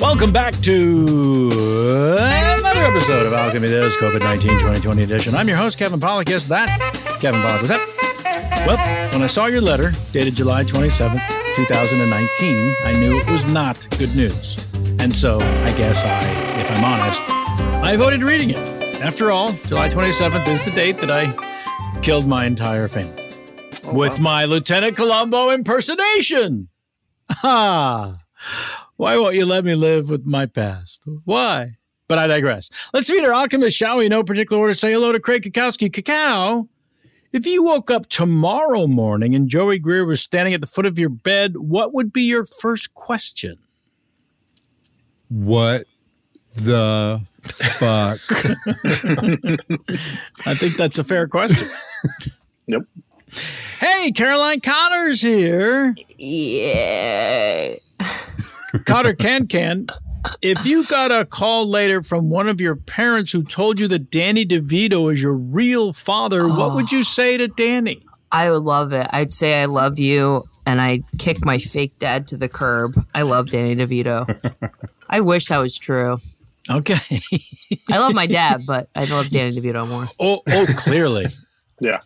Welcome back to another episode of Alchemy This COVID 19 2020 edition. I'm your host, Kevin Pollock. Yes, that Kevin Pollock. Was that? Well, when I saw your letter dated July 27th, 2019, I knew it was not good news. And so I guess I, if I'm honest, I avoided reading it. After all, July 27th is the date that I killed my entire family with my Lieutenant Colombo impersonation. Ha! Why won't you let me live with my past? Why? But I digress. Let's meet our alchemist, shall we? In no particular order. Say hello to Craig Kakowski. Kakao, if you woke up tomorrow morning and Joey Greer was standing at the foot of your bed, what would be your first question? What the fuck? I think that's a fair question. Yep. Hey, Caroline Cotter's here. Yeah. Cotter Can Can, if you got a call later from one of your parents who told you that Danny DeVito is your real father, what would you say to Danny? I would love it. I'd say I love you and I'd kick my fake dad to the curb. I love Danny DeVito. I wish that was true. Okay. I love my dad, but I love Danny DeVito more. oh, oh, clearly, Yeah.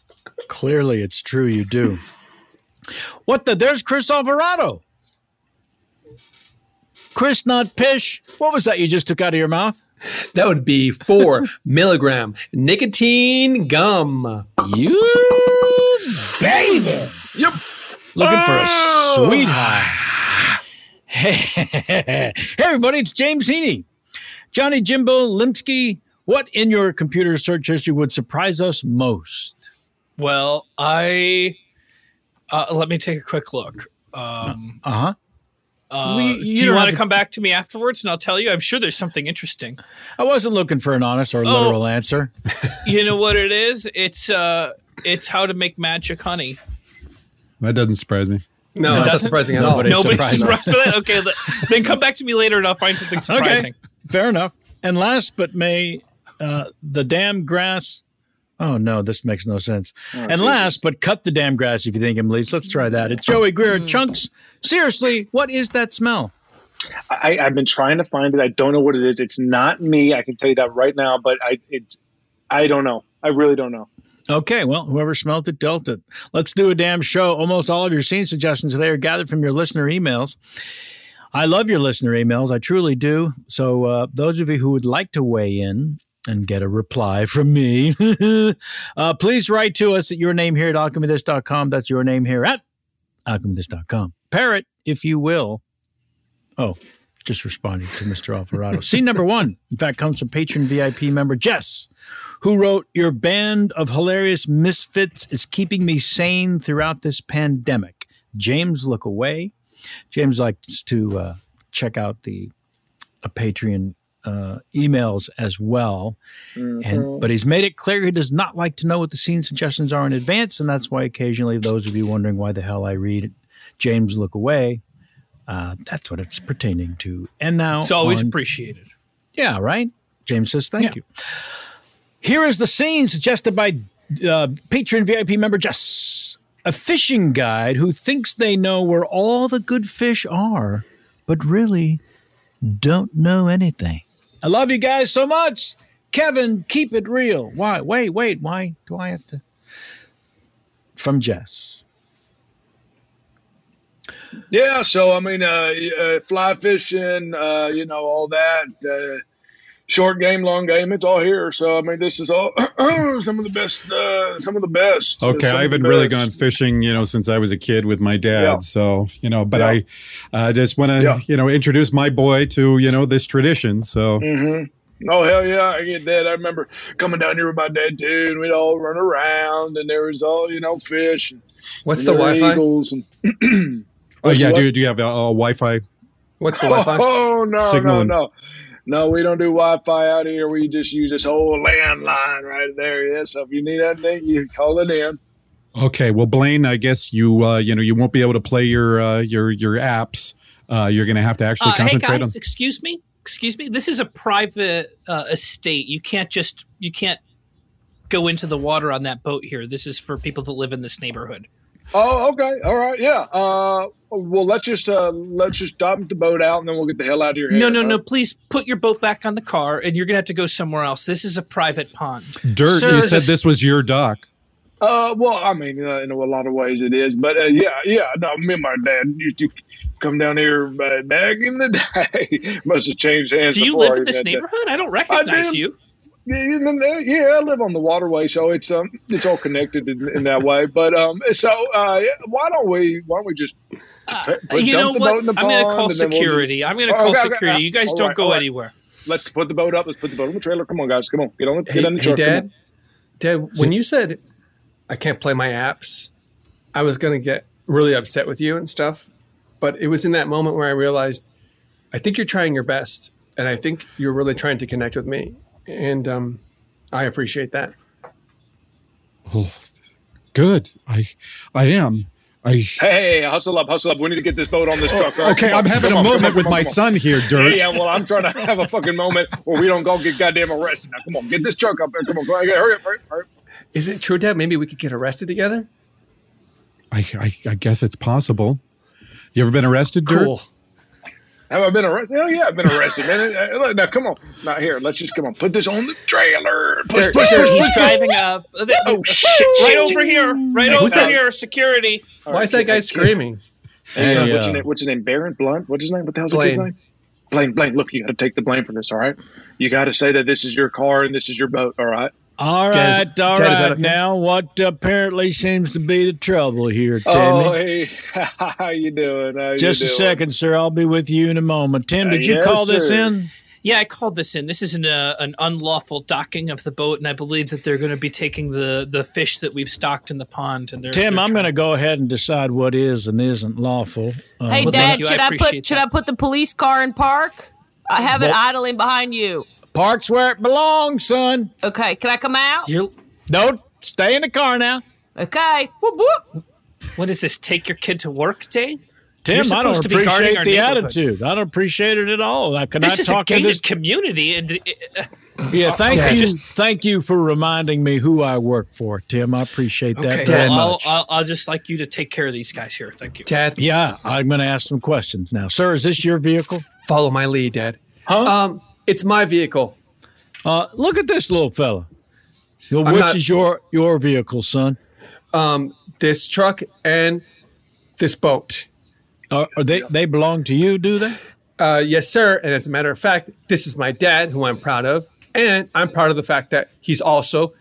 clearly, it's true. You do. What the? There's Chris Alvarado. Chris, not pish. What was that you just took out of your mouth? That would be four milligram nicotine gum. You baby. Yep. Looking Oh! for a sweet high. hey, everybody, it's James Heaney. Johnny Jimbo Limpsky, what in your computer search history would surprise us most? Well, I uh, let me take a quick look. Um, Uh huh. uh, We- do you you don't want have to to- come back to me afterwards, and I'll tell you? I'm sure there's something interesting. I wasn't looking for an honest or Oh. literal answer. you know what it is? It's uh, it's how to make magic honey. That doesn't surprise me. No, No, that's doesn't- not surprising at all. nobody's Nope. Nobody's surprised. surprised, by that. Okay, le- then come back to me later, and I'll find something surprising. Fair enough. And last but may, uh, the damn grass. Oh no, this makes no sense. and last but cut the damn grass if you think him least. Let's try that. It's Joey Greer chunks. Seriously, what is that smell? I, I've been trying to find it. I don't know what it is. It's not me. I can tell you that right now. But I, it, I don't know. I really don't know. Okay, well, whoever smelt it dealt it. Let's do a damn show. Almost all of your scene suggestions today are gathered from your listener emails. I love your listener emails. I truly do. So, uh, those of you who would like to weigh in and get a reply from me, uh, please write to us at your name here at alchemythis.com. That's your name here at alchemythis.com. Parrot, if you will. Oh, just responding to Mr. Alvarado. Scene number one, in fact, comes from patron VIP member Jess who wrote, Your band of hilarious misfits is keeping me sane throughout this pandemic. James, look away. James likes to uh, check out the uh, Patreon uh, emails as well. Uh-huh. And, but he's made it clear he does not like to know what the scene suggestions are in advance. And that's why occasionally those of you wondering why the hell I read James, look away. Uh, that's what it's pertaining to. And now It's always on- appreciated. yeah, right? James says, thank you. Here is the scene suggested by uh, patron VIP member Jess a fishing guide who thinks they know where all the good fish are, but really don't know anything. I love you guys so much. Kevin, keep it real. Why? Wait, wait. Why do I have to? From Jess. Yeah, so I mean, uh, uh, fly fishing, uh, you know, all that, uh, short game, long game, it's all here. So I mean, this is all some of the best, uh, some of the best. Okay, Some of I the haven't really best. gone fishing, you know, since I was a kid with my dad. So, you know, but I uh, just want to, Yeah. you know, introduce my boy to, you know, this tradition. So, Mm-hmm. Oh hell yeah, I get that. I remember coming down here with my dad too, and we'd all run around, and there was all you know fish. And, What's and the there were Wi-Fi? Eagles and oh, What's yeah, what? do, do you have a, a Wi Fi? What's oh, oh, no, Signal no, and- no. No, we don't do Wi-Fi out here. We just use this whole landline right there. Yeah, so if you need anything, you call it in. Okay, well, Blaine, I guess you, uh, you know, you won't be able to play your, uh, your, your apps. Uh, you're going to have to actually Uh, hey concentrate guys, excuse me, excuse me. This is a private uh, estate. You can't just you can't go into the water on that boat here. This is for people that live in this neighborhood. Oh, okay, all right, yeah. Uh, well, let's just uh, let's just dump the boat out, and then we'll get the hell out of here. Uh, No, no, no. Please put your boat back on the car, and you're gonna have to go somewhere else. This is a private pond. on dirt. Sir, you this said is- this was your dock. Uh, well, I mean, uh, in a lot of ways it is, but uh, yeah, yeah. No, me and my dad used to come down here uh, back in the day. Must have changed hands. Do you before live I in this even had that. neighborhood? I don't I recognize do. you. Yeah, you know, yeah, I live on the waterway, so it's um, it's all connected in, in that way. But um, so uh, yeah, why don't we why don't we just put- Uh, you dump know the what? boat in the I'm gonna pond, call and then we'll- security. I'm gonna Oh, call okay, okay, security. okay. you guys All don't right, go all right. anywhere. Let's put the boat up. Let's put the boat on the trailer. Come on, guys. Come on, get on the Hey, get on the hey, truck. Come Dad, on. Dad, when you said I can't play my apps, I was gonna get really upset with you and stuff. But it was in that moment where I realized I think you're trying your best, and I think you're really trying to connect with me, and um, I appreciate that. Oh, good. I, I am. I, Hey, hustle up, hustle up. We need to get this boat on this truck. all right? Oh, okay, Come on, I'm having come a on, come moment on, with come on, my come on. son here, dirt. Yeah, yeah, well, I'm trying to have a fucking moment where we don't go get goddamn arrested. Now, come on, get this truck up there. Come on, go ahead, hurry up, hurry up, hurry up. Is it true, Dad? Maybe we could get arrested together. I, I, I guess it's possible. You ever been arrested, Dirt? Cool. Have I been arrested? Hell yeah, I've been arrested, man. Uh, Look, now, come on. Now, here, let's just come on. Put this on the trailer. Push, Dirt, push, Dirt, push, he's push, driving push. up. Oh, shit, right shit, over shit. here. Right Who's over that? here. Security. Why is that guy screaming? Uh, Hey, what's, uh, his name? what's his name? Baron Blunt? What's his name? What the hell's that dude's Blaine. name? Blaine, Blaine, look, you got to take the blame for this, all right? You got to say that this is your car and this is your boat, all right? all right, Dad, is- all Dad, is that right. okay? Now, what apparently seems to be the trouble here, Timmy? Oh, hey, how you doing? How you Just a doing? second, sir. I'll be with you in a moment. Tim, Uh, did you yes, call this sir. in? Yeah, I called this in. This is an, uh, an unlawful docking of the boat, and I believe that they're going to be taking the, the fish that we've stocked in the pond. And they're, Tim, they're I'm going to go ahead and decide what is and isn't lawful. Uh, hey, Dad, should I, put should I put the police car in park? I have it Nope. idling behind you. Park's where it belongs, son. Okay, can I come out? You're, no, stay in the car now. Okay. Whoop, whoop. What is this? Take your kid to work day? You're Tim, I don't supposed to be guarding appreciate our the neighborhood. attitude. I don't appreciate it at all. I cannot this is talk a to gated this. community, and uh, Yeah, thank Okay. you. Just- thank you for reminding me who I work for, Tim. I appreciate that okay, very well, I'll, much. I'll, I'll just like you to take care of these guys here. Thank you. Dad. Yeah, I'm going to ask some questions now, sir. Is this your vehicle? Follow my lead, Dad. Um, it's my vehicle. Uh, look at this little fella. So, which is your your vehicle, son? Um, this truck and this boat. Are, are they they belong to you? Do they? Uh, yes, sir. And as a matter of fact, this is my dad, who I'm proud of, and I'm proud of the fact that he's also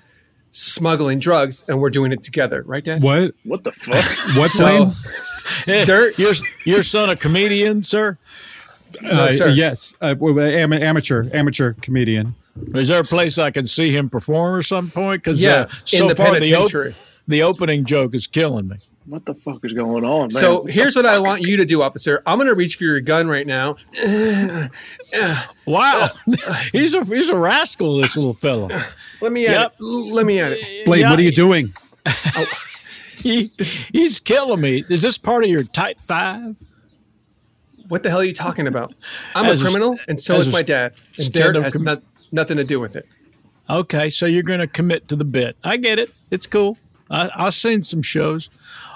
smuggling drugs, and we're doing it together, right, Dad? What? What the fuck? What, Blaine? Dirt. eh, Your your son a comedian, sir? Uh, Yes, uh, w- w- am- amateur, amateur comedian. Is there a place I can see him perform at some point? Because Yeah, uh, in so the far the, op- penitentiary. the opening joke is killing me. What the fuck is going on, Oh, man? So here's what I want you to do, officer. I'm going to reach for your gun right now. Wow, he's a he's a rascal. This little fellow. Let me at Yep. it. L- Let me at it. Blade, what are you doing? He, he's killing me. Is this part of your tight five? What the hell are you talking about? I'm a As a s- criminal, and so as is a my s- dad. And Derek stand-up has com- not, nothing to do with it. Okay, so you're going to commit to the bit. I get it. It's cool. I, I've seen some shows.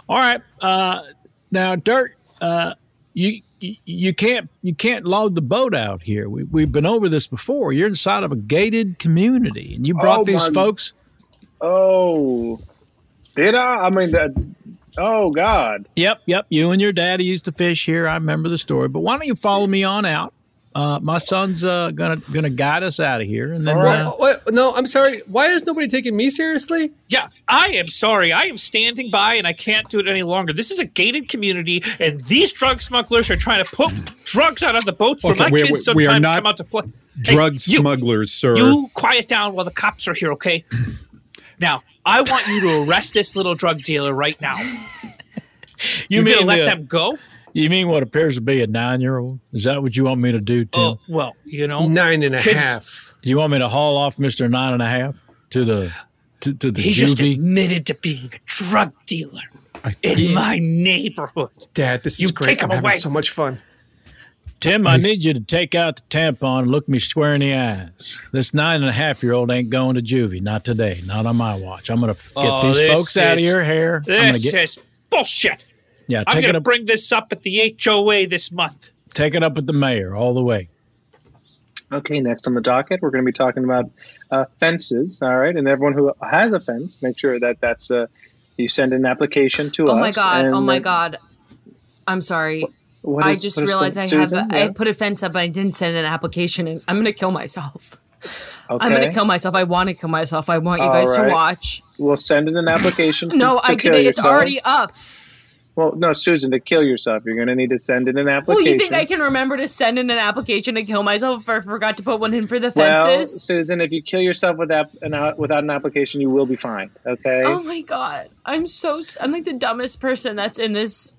All right. Uh, now, Dirk, uh, you you- you can't you can't load the boat out here. We, we've been over this before. You're inside of a gated community, and you brought Oh, these my- folks. Oh, did I? I mean, that, oh God. Yep, yep. You and your daddy used to fish here. I remember the story. But why don't you follow me on out? Uh, my son's uh, gonna gonna guide us out of here, and then All right. uh, Oh, wait, no, I'm sorry. Why is nobody taking me seriously? Yeah, I am sorry. I am standing by and I can't do it any longer. This is a gated community, and these drug smugglers are trying to put drugs out on the boats where Okay, my we- kids we- we are sometimes not come out to play. Hey, Drug you, smugglers, sir. You quiet down while the cops are here, okay? Now, I want you to arrest this little drug dealer right now. You You're gonna mean let the- them go? you mean what appears to be a nine year old? Is that what you want me to do, Tim? Oh, well, you know, nine and a half. kids- You want me to haul off Mister Nine and a Half to the to, to the He just juvie? admitted to being a drug dealer in my neighborhood. Dad, this You is great. take 'em I'm having away. so much fun. Tim, I need you to take out the tampon and look me square in the eyes. This nine and a half year old ain't going to juvie. Not today. Not on my watch. I'm gonna f- get Oh, these this folks out of is- your hair. I'm gonna This get is bullshit. yeah. I'm Take going it to up. bring this up at the HOA this month. Take it up with the mayor all the way. Okay, next on the docket, we're going to be talking about uh, fences. All right, and everyone who has a fence, make sure that that's uh, you send an application to us. Oh my god. and Oh my then- god. I'm sorry. What I is- just what is the- realized I Susan? have Yeah. I put a fence up and I didn't send an application and I'm gonna kill myself. I'm Okay. gonna kill myself. I want to kill myself. I want you guys All right. to watch. We'll send in an application. No, to I kill did it. It's yourself. already up. Well, no, Susan, to kill yourself, you're going to need to send in an Well, application. you think I can remember to send in an application to kill myself if I forgot to put one in for the Well, fences? Susan, if you kill yourself without an, out- without an application, you will be fined. Okay. oh my god, I'm so s- I'm like the dumbest person that's in this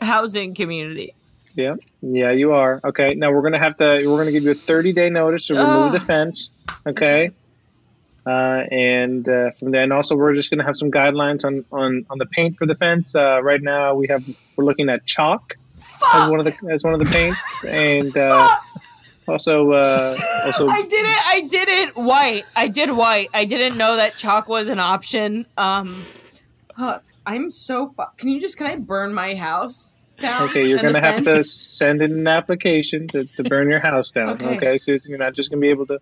housing community. Yeah, yeah, you are. Okay, now we're gonna have to. We're gonna give you a thirty day notice to remove Ugh. the fence. Okay, uh, and uh, from there, and also we're just gonna have some guidelines on on on the paint for the fence. Uh, right now, we have we're looking at chalk as one of the as one of the paints, and uh, also uh, also I did it. I did it white. I did white. I didn't know that chalk was an option. Um, fuck. I'm so fu- Can you just can I burn my house? Down Okay, you're and the gonna have to fence? send in an application to, to burn your house down. Okay. Okay. Susan, you're not just gonna be able to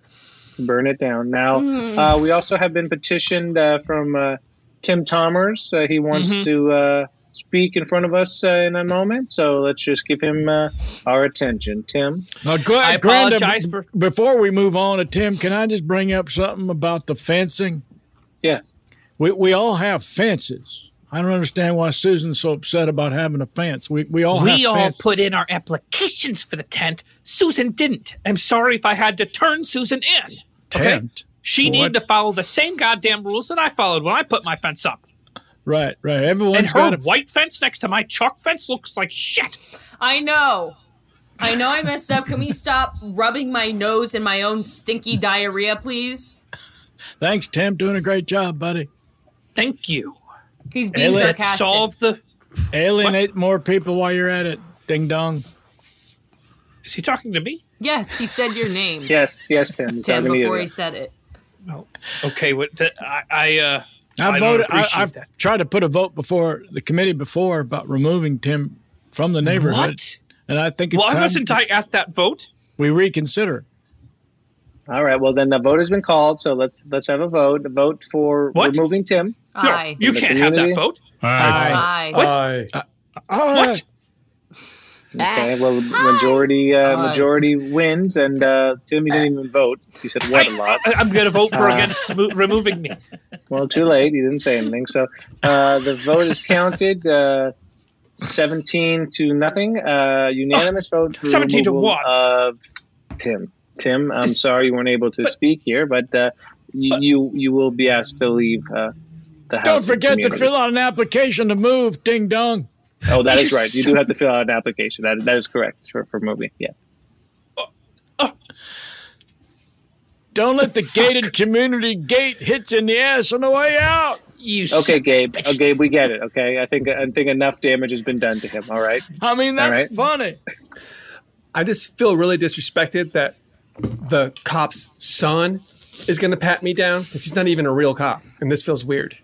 burn it down. Now, Mm. uh, we also have been petitioned uh, from uh, Tim Thomers. Uh, he wants Mhm. to uh, speak in front of us uh, in a moment, so let's just give him uh, our attention. Tim, Now, gr- I Granda, apologize b- for- before we move on to Tim. Can I just bring up something about the fencing? Yes. We we all have fences. I don't understand why Susan's so upset about having a fence. We we all we have all fence. put in our applications for the tent. Susan didn't. I'm sorry if I had to turn Susan in. Tent? She What? needed to follow the same goddamn rules that I followed when I put my fence up. right, right. Everyone's and her got a f- white fence next to my chalk fence looks like shit. I know. I know I messed up. Can we stop rubbing my nose in my own stinky diarrhea, please? Thanks, Tim. Doing a great job, buddy. Thank you. He's being sarcastic. solve the alienate more people while you're at it. Ding dong. Is he talking to me? Yes, he said your name. Yes, yes, Tim. He's Tim talking to you. before he said it. Okay, what the, I I uh I, don't voted. I, appreciate I've that. tried to put a vote before the committee before about removing Tim from the neighborhood. What? And I think it's Why time wasn't I at that Uh, vote? we reconsider. All right. Well, then the vote has been called. So let's let's have a vote. A vote for What? removing Tim. No, Aye. you from the can't have that community. vote. Aye. Aye. What? Uh, What? Okay. Well, majority uh, Aye. majority wins, and uh, Tim, you didn't even vote. You said what a lot. I, am going to vote for Uh, against mo- removing me. Well, too late. You didn't say anything. So uh, the vote is counted. Uh, 17 to nothing. Uh, unanimous vote. for 17 to removal one. Of Tim. Tim, I'm sorry you weren't able to speak here, but, uh, you, you you will be asked to leave uh, the house. Don't and forget to community. fill out an application to move. Ding dong. Oh, that is right. You do have to fill out an application. That that is correct for, for moving. Yeah. Don't let the gated community gate hit you in the ass on the way out. You Okay, Gabe. Oh, Gabe, we get it. Okay, I think I think enough damage has been done to him. All right. I mean, that's funny. I just feel really disrespected that the cop's son is going to pat me down because he's not even a real cop, and this feels weird.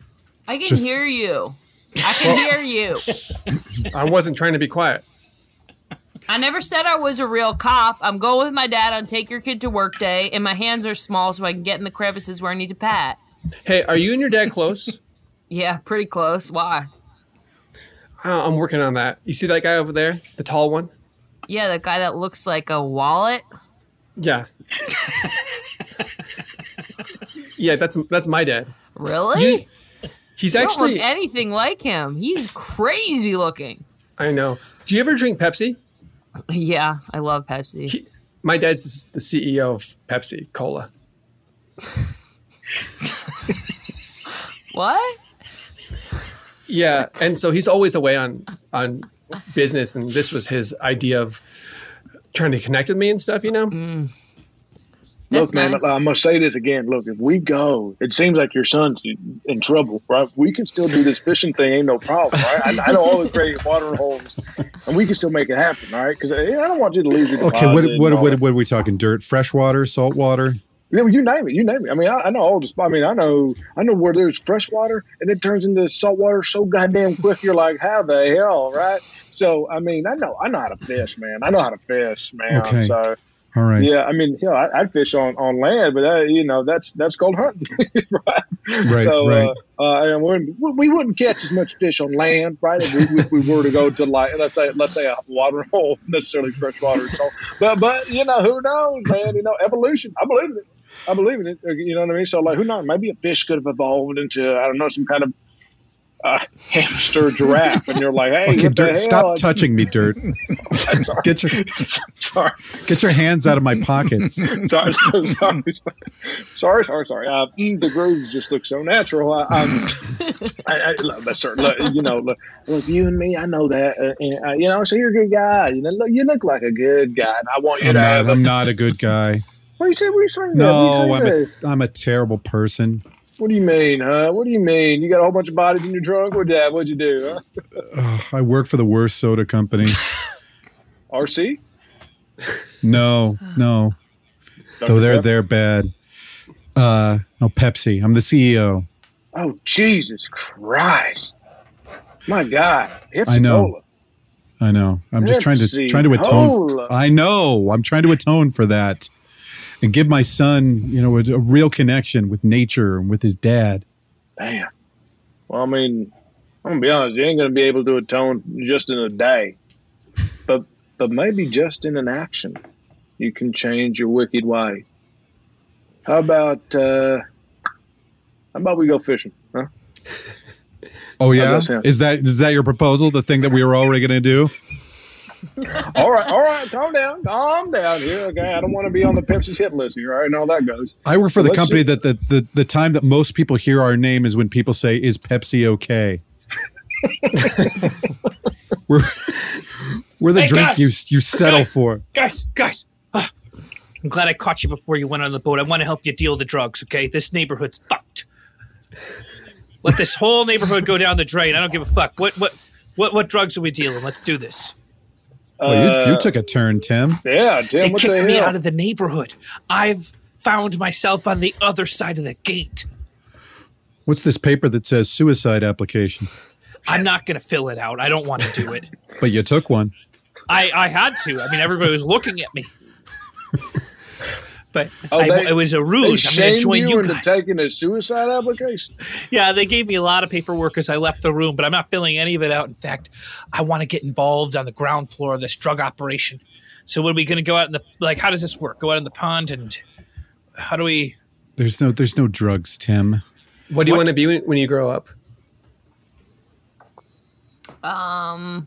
I can Just- hear you. I can hear you. I wasn't trying to be quiet. I never said I was a real cop. I'm going with my dad on take your kid to work day, and my hands are small so I can get in the crevices where I need to pat. Hey, are you and your dad close? Yeah, pretty close. Why? Uh, I'm working on that. You see that guy over there, the tall one? Yeah, the guy that looks like a wallet. Yeah. yeah, that's that's my dad. Really? he's You actually. don't look eh anything like him. He's crazy looking. I know. Do you ever drink Pepsi? Yeah, I love Pepsi. my dad's the CEO of Pepsi Cola. What? Yeah, and so he's always away on on business, and this was his idea of trying to connect with me and stuff. You know. Mm. Look, man, I, I must say this again. Look, if we go, it seems like your son's in trouble, right? We can still do this fishing thing, ain't no problem, right? I, I know all the great water holes, and we can still make it happen, all right? Because I don't want you to lose your Okay, what deposit and what, all what what are we talking? Dirt, fresh water, salt water? Yeah, well, you name it. You name it. I mean, I, I know all the spots. I mean, I know, I know where there's fresh water and it turns into salt water so goddamn quick. You're like, how the hell, right? So, I mean, I know, I know how to fish, man. I know how to fish, man. Okay. So, All right. yeah, I mean, you know, I, I'd fish on on land, but that, you know, that's that's called hunting, right? Right, So, right. Uh, uh, and we we wouldn't catch as much fish on land, right? If we, if we were to go to like let's say let's say a water hole, necessarily freshwater, so, but but you know, who knows, man? You know, evolution. I believe in it. I believe in it. Uh, You know what I mean? So, like, who knows? Maybe a fish could have evolved into I don't know some kind of uh, hamster giraffe, and you're like, hey, okay, what the dirt, hell? stop touching me, dirt. get your Sorry. get your hands out of my pockets. sorry, sorry, sorry, sorry, sorry, sorry. Uh, mm, the grooves just look so natural. I, I'm, I, I, look, but sir, look, you know, look, look, you and me, I know that, uh, and, uh, you know, so you're a good guy. You know, look, you look like a good guy, and I want you I'm to have. not, A, Oh, I'm not a good guy. what do you say? What do you say? No, what I'm do you a say? I'm a terrible person. What do you mean, huh? What do you mean? You got a whole bunch of bodies in your trunk? What that? What'd you do? Huh? Ugh, I work for the worst soda company. RC? No, no. Though they're they're bad. Uh, no, Pepsi. I'm the E CEO. Oh Jesus Christ! My God, Pepsi I know. Cola. I know. I'm just trying to Pepsi trying to atone. Cola. I know. I'm trying to atone for that, and give my son, you know, a, a real connection with nature and with his dad. Damn. Well, I mean, I'm gonna be honest. You ain't gonna be able to atone just in a day, but but maybe just in an action, you can change your wicked way. How about uh, how about we go fishing? Huh? Oh yeah, guess, yeah. is that is that your proposal? The thing that we were already going to do? all right, all right, calm down, calm down here. Okay, I don't want to be on the Pepsi's hit list here, all right, and all that goes. I work for So the let's company see- that the, the the time that most people hear our name is when people say, "Is Pepsi okay?" we're we're the Hey, drink guys. you you settle Guys. for. guys, guys. ah, I'm glad I caught you before you went on the boat. I want to help you deal the drugs, okay? This neighborhood's fucked. Let this whole neighborhood go down the drain. I don't give a fuck. What what what what drugs are we dealing? Let's do this. well, Oh, you, you Uh, took a turn, Tim. Yeah, Tim. they what kicked the me hell? out of the neighborhood. I've found myself on the other side of the gate. What's this paper that says suicide application? I'm not going to fill it out. I don't want to do it. But you took one. I, I had to. I mean, everybody was looking at me. But Oh, I, they- it was a They ruse. I'm going shamed to join you, into guys. taking a suicide application. yeah, they gave me a lot of paperwork as I left the room, but I'm not filling any of it out. In fact, I want to get involved on the ground floor of this drug operation. So, what are we going to go out in the like? How does this work? Go out in the pond and how do we? There's no there's no drugs, Tim. What do you want to be when, when you grow up? Um,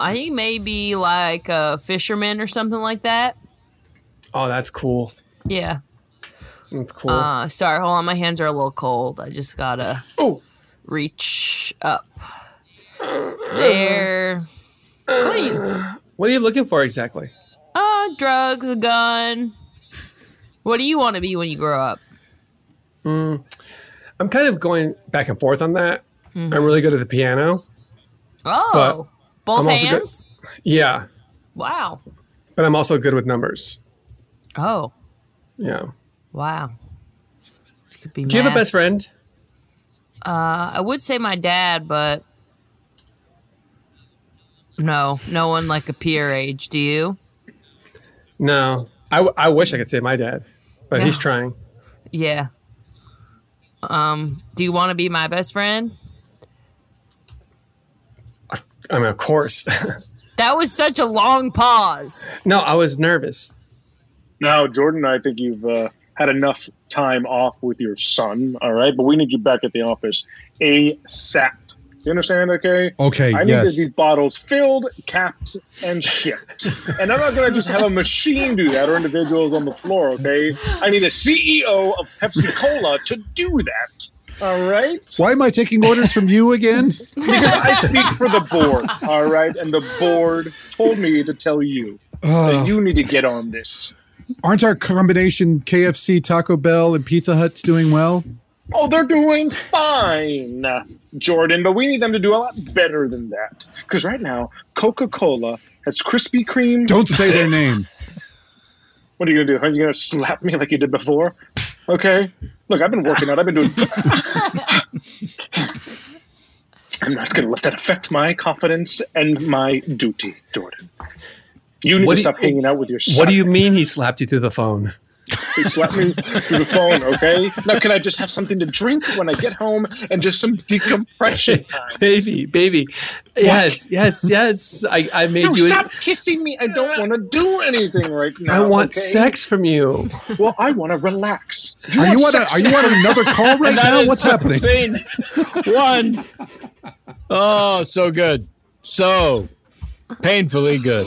I think maybe like a fisherman or something like that. Oh, that's cool. Yeah. That's cool. Uh, sorry, hold on. My hands are a little cold. I just gotta reach up. There. Clean. what are you looking for exactly? Uh, drugs, a gun. What do you want to be when you grow up? Mm, I'm kind of going back and forth on that. I'm really good at the piano. Oh, But both I'm also good- hands? Yeah, Wow. but I'm also good with numbers. Oh, Yeah. wow. Could be Do you have a math. best friend? Uh, I would say my dad, but no, no one like a peer age. Do you? No. I, w- I wish I could say my dad, but he's Yeah. trying. Yeah. Um, do you want to be my best friend? I mean, of course. That was such a long pause. no, I was nervous. Now, Jordan, I think you've uh, had enough time off with your son. All right, but we need you back at the office asap. You understand? Okay. Okay, I need yes. these bottles filled, capped, and shipped. and I'm not going to just have a machine do that or individuals on the floor. Okay. I need a CEO of Pepsi Cola to do that. All right. Why am I taking orders from you again? Because I speak for the board. All right, and the board told me to tell you Oh. that you need to get on this. Aren't our combination KFC, Taco Bell, and Pizza Hut's doing well? Oh, they're doing fine, Jordan, but we need them to do a lot better than that. Because right now, Coca Cola has Krispy Kreme. Don't say their name. What are you going to do? Are you going to slap me like you did before? Okay. Look, I've been working out. I've been doing. I'm not going to let that affect my confidence and my duty, Jordan. You need What to do you- stop hanging out with your son. What do you mean he slapped you through the phone? He slapped me through the phone, okay? Now, can I just have something to drink when I get home and just some decompression time? baby, baby. Yes, yes, yes. I, I made No, you. stop kissing me. I don't want to do anything right now. I want okay? sex from you. Well, I want to relax. Do Are want you on a- sex? are you on another call right That now? is What's happening? insane. One. Oh, so good. So painfully good.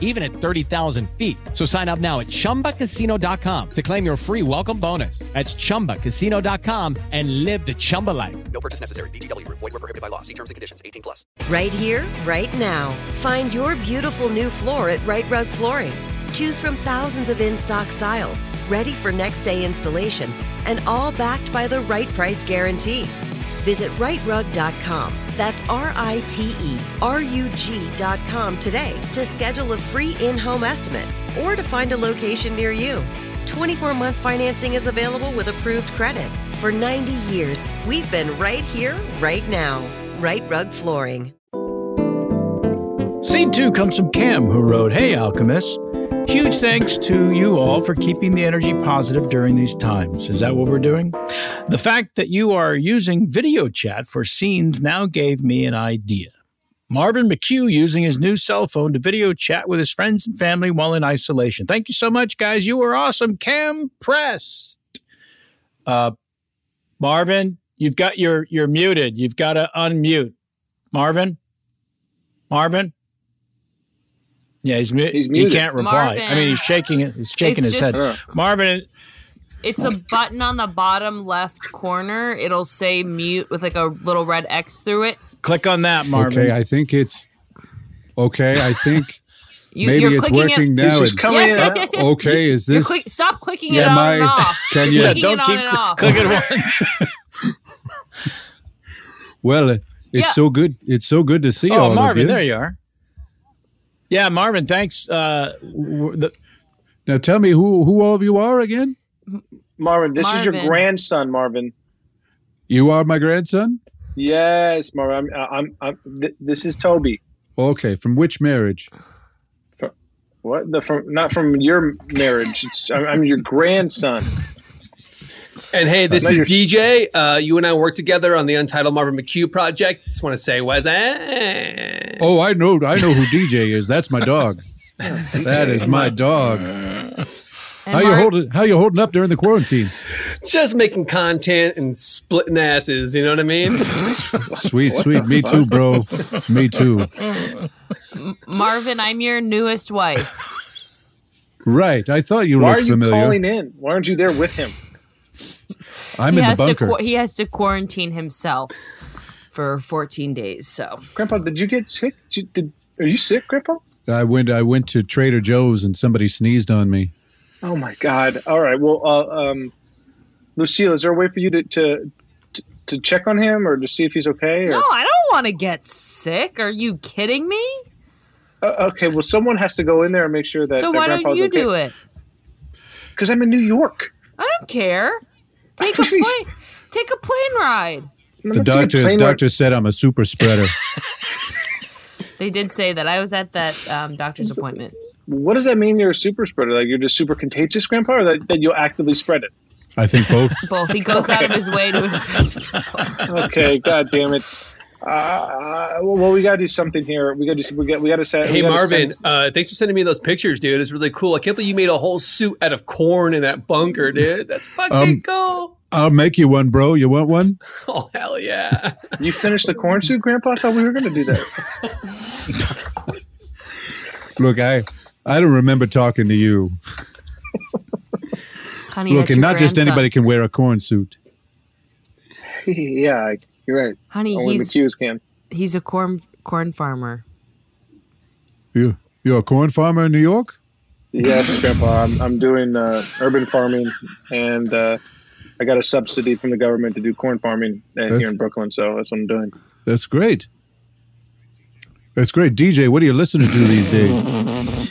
even at 30,000 feet. So sign up now at chumbacasino.com to claim your free welcome bonus. That's chumbacasino.com and live the Chumba life. No purchase necessary. VGW Void were prohibited by law. See terms and conditions. 18 plus. Right here, right now. Find your beautiful new floor at Right Rug Flooring. Choose from thousands of in stock styles, ready for next day installation, and all backed by the right price guarantee. Visit rightrug.com. That's R I T E R U G.com today to schedule a free in home estimate or to find a location near you. 24 month financing is available with approved credit. For 90 years, we've been right here, right now. Right Rug Flooring. Seed 2 comes from Cam, who wrote, Hey, alchemists. Huge thanks to you all for keeping the energy positive during these times. Is that what we're doing? The fact that you are using video chat for scenes now gave me an idea. Marvin McHugh using his new cell phone to video chat with his friends and family while in isolation. Thank you so much, guys. You were awesome. Cam Prest. Uh, Marvin, you've got your you're muted. You've got to unmute. Marvin? Marvin? Yeah, he's, mu- He's he muted. can't reply. I Marvin. mean, he's shaking it. He's shaking It's his just- head. Marvin, It's a button on the bottom left corner. It'll say mute with like a little red X through it. click on that, Marvin. Okay, I think it's okay. I think You- maybe you're it's clicking it- working now. It's just It- coming Yes, in. yes, yes, yes. Okay, is You this? click, stop clicking it Yeah, on my- and off. Can you- Yeah, Clicking don't it on keep and cl- off. clicking it once. well, uh, it's Yeah. so good. It's so good to see all oh, Marvin, of you. there you are. Yeah, Marvin, thanks. Uh, w- the, Now tell me who who all of you are again? Marvin, this is your Marvin. grandson, Marvin. You are my grandson. Yes, Marvin. uh, I'm, I'm, I'm, th- this is Toby. Okay, from which marriage? What the from? Not from your marriage. It's, I'm, I'm your grandson. And hey, this No, is you're- DJ. Uh, you and I worked together on the Untitled Marvin McHugh project. Just want to say, was that? Oh, I know. I know who DJ is. That's my dog. that is my dog. How you Mark- holding? How you holding up during the quarantine? Just making content and splitting asses. You know what I mean? Sweet, sweet. Me too, bro. Me too. M- Marvin, I'm your newest wife. Right. I thought you Why looked are you familiar. calling in? Why aren't you there with him? I'm he in the has bunker. To, qu- he has to quarantine himself for 14 days. So, Grandpa, did you get sick? Did, you- did, are you sick, Grandpa? I went. I went to Trader Joe's and somebody sneezed on me. Oh my God! All right. Well, uh, um, Lucille, is there a way for you to to, to to check on him or to see if he's okay? Or? no, I don't want to get sick. Are you kidding me? Uh, okay. Well, someone has to go in there and make sure that. so that why don't Grandpa's you okay. do it? Because I'm in New York. I don't care. Take a plane. Take a plane ride. The doctor. Doctor said I'm a super spreader. They did say that. I was at that um, doctor's appointment. What does that mean? You're a super spreader? Like you're just super contagious, Grandpa, or that, that you'll actively spread it? I think both. Both. He goes out of his way to infect okay, god damn it. Uh, well, we gotta do something here. We gotta do. We got. We gotta set. Hey we gotta Marvin, sense- uh, thanks for sending me those pictures, dude. It's really cool. I can't believe you made a whole suit out of corn in that bunker, dude. That's fucking Um, cool. I'll make you one, bro. You want one? Oh hell yeah! You finished the corn soup, Grandpa? I thought we were going to do that. Look, I I don't remember talking to you. Honey, Look, that's and your not just grandson. anybody can wear a corn suit. yeah, I- you're right. Honey, only he's- McHughes can. He's a corn corn farmer. You you're a corn farmer in New York? Yes, Grandpa. I'm, I'm doing uh, urban farming, and uh, I got a subsidy from the government to do corn farming uh, here That's- in Brooklyn. So that's what I'm doing. That's great. That's great, DJ. What are you listening to these days?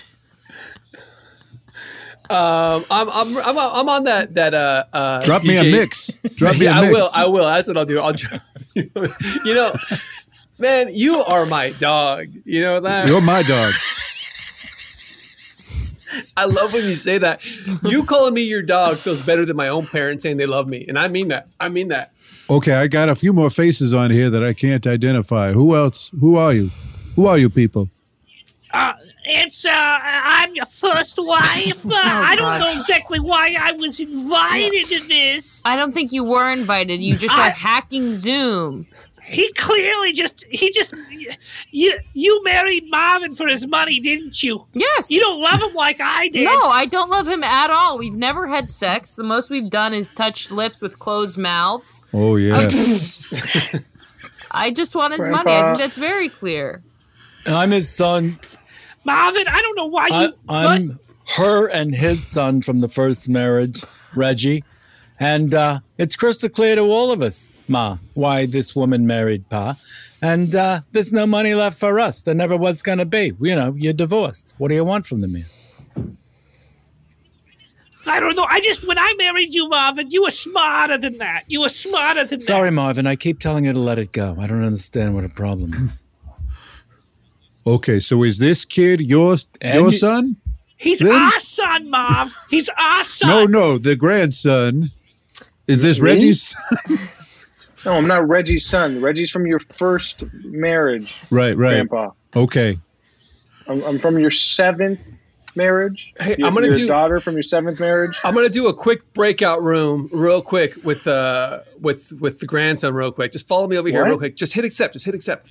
Um, I'm, I'm, I'm, I'm on that that uh, uh Drop me a DJ mix. Drop me a yeah, mix. I will. I will. That's what I'll do. I'll. dr- you know, man, you are my dog. You know that. You're my dog. I love when you say that. You calling me your dog feels better than my own parents saying they love me, and I mean that. I mean that. Okay, I got a few more faces on here that I can't identify. Who else? Who are you? Who are you people? Uh, it's uh, I'm your first wife. Uh, Oh, I don't know exactly why I was invited to this. I don't think you were invited. You just are I- hacking Zoom. He clearly just he just you you married Marvin for his money, didn't you? Yes. You don't love him like I did. No, I don't love him at all. We've never had sex. The most we've done is touched lips with closed mouths. Oh yeah. I just want his money. I Grandpa. think that's very clear. I'm his son. Marvin, I don't know why I, you. I'm her and his son from the first marriage, Reggie. And uh, it's crystal clear to all of us, Ma, why this woman married Pa. And uh, there's no money left for us. There never was going to be. You know, you're divorced. What do you want from the man? I don't know. I just when I married you, Marvin, you were smarter than that. You were smarter than Sorry, Marvin. I keep telling her to let it go. I don't understand what her problem is. Okay, so is this kid your your you- son? He's Then- our son, Marv. He's our son. No, no, the grandson. Is this Me? Reggie's? No, I'm not Reggie's son. Reggie's from your first marriage. Right, right. Grandpa. Okay. I'm, I'm from your seventh marriage. Hey, Your- I'm gonna your do- daughter from your seventh marriage. I'm gonna do a quick breakout room, real quick, with uh, with with the grandson, real quick. Just follow me over here, What? real quick. Just hit accept. Just hit accept.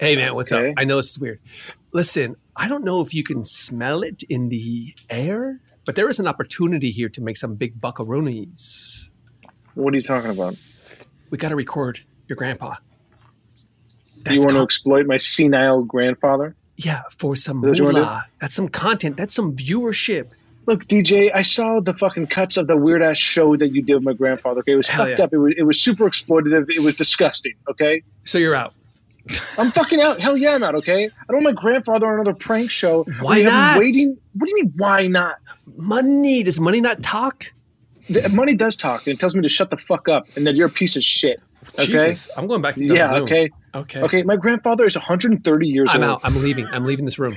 Hey man, what's Okay. up? I know this is weird. Listen, I don't know if you can smell it in the air, but there is an opportunity here to make some big buckaroonies. What are you talking about? We got to record your grandpa. Do you want to exploit my senile grandfather? Yeah, for some Is that what you wanna do? moolah. That's some content. That's some viewership. Look, DJ, I saw the fucking cuts of the weird ass show that you did with my grandfather. Okay, it was Hell fucked yeah. up. It was, it was super exploitative. It was disgusting. Okay, So you're out. I'm fucking out. Hell yeah, I'm out. Okay, I don't want my grandfather on another prank show. Why We have him not? Waiting. What do you mean? Why not? Money does money not talk? The, money does talk, and it tells me to shut the fuck up, and that you're a piece of shit. Okay, Jesus, I'm going back to the yeah. room. Okay, Okay. okay. My grandfather is 130 years I'm old. out. I'm leaving. I'm leaving this room.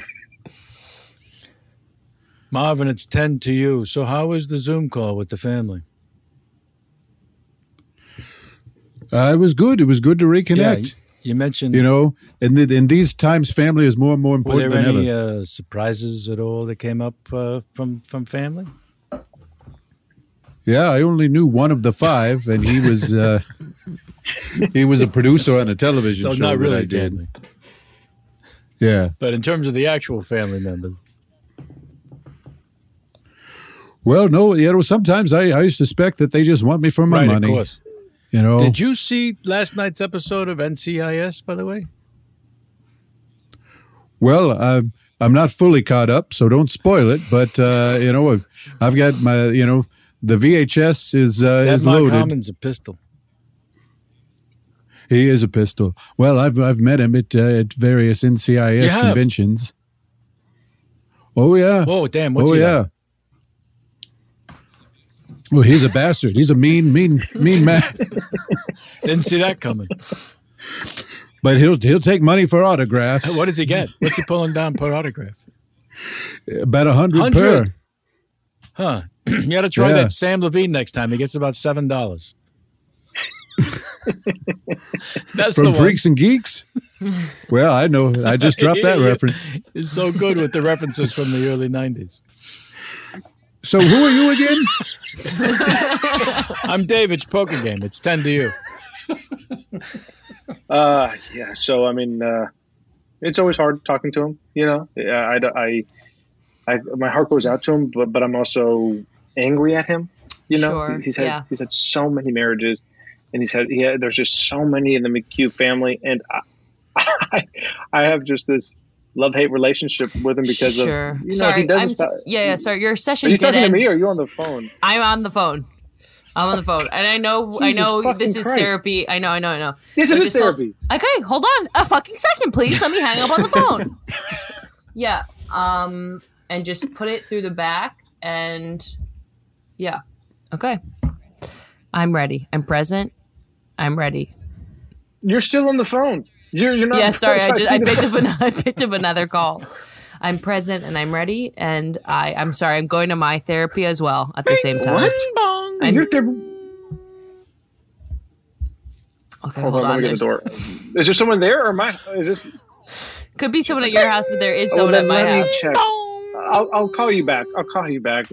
Marvin, it's 10 to you. So, how was the Zoom call with the family? Uh, it was good. It was good to reconnect. Yeah, you mentioned. you know, and th- in these times, family is more and more Were important there than any ever. uh, surprises at all that came up uh, from from family? uh, Yeah, I only knew one of the five, and he was uh, he was a producer on a television So show not that really I did. family. Yeah. But in terms of the actual family members, Well, no, you know, sometimes I, I suspect that they just want me for my Right, of money. Oh. course. You know, did you see last night's episode of NCIS? By the way, Well, I'm I'm not fully caught up, so don't spoil it. But uh, you know, I've, I've got my you know the VHS is uh, that is Mark loaded. Harmon's a pistol. He is a pistol. Well, I've I've met him at uh, at various NCIS You have? conventions. Oh yeah. Oh damn! What's oh he yeah. like? Well, he's a bastard. He's a mean, mean, mean man. Didn't see that coming. But he'll he'll take money for autographs. what does he get? What's he pulling down per autograph? About a hundred per. 100? Huh? you got to try Yeah. that Sam Levine next time. He gets about seven dollars. That's from the one. Freaks and Geeks. well, I know. I just dropped that Yeah. reference. It's so good with the references from the early 90s. So who are you again? I'm David's poker game. It's ten to you. Uh, yeah. So I mean, uh, it's always hard talking to him. You know, I, I, I, I- my heart goes out to him, but but I'm also angry at him. You know, Sure, he's had yeah. he's had so many marriages, and he's had yeah. There's just so many in the McHugh family, and I, I, I have just this love hate relationship with him because sure. of you know sorry, he doesn't I'm, s- stop- Mm. yeah, yeah. Sorry, your session. Are you did talking to end. me or are you on the phone? I'm on the phone. I'm on the phone, and I know, I Jesus know fucking this is Christ. therapy. I know, I know, I know. Yes, it But is just hold- therapy. okay, hold on a fucking second, please. Let me hang up on the phone. yeah, um, and just put it through the back, and yeah, okay. I'm ready. I'm present. I'm ready. You're still on the phone. You're you're not. yeah, sorry. I just I see picked up the- an, I picked up another call. I'm present and I'm ready, and I I'm sorry. I'm going to my therapy as well at the same time. bong. I'm- You're ther- Okay, Hold, hold on, let on, me get the door. there's- Is there someone there, or am I? Is this? Could be someone at your house, but there is Oh, someone then at my let me house. check. I'll, I'll call you back. I'll call you back.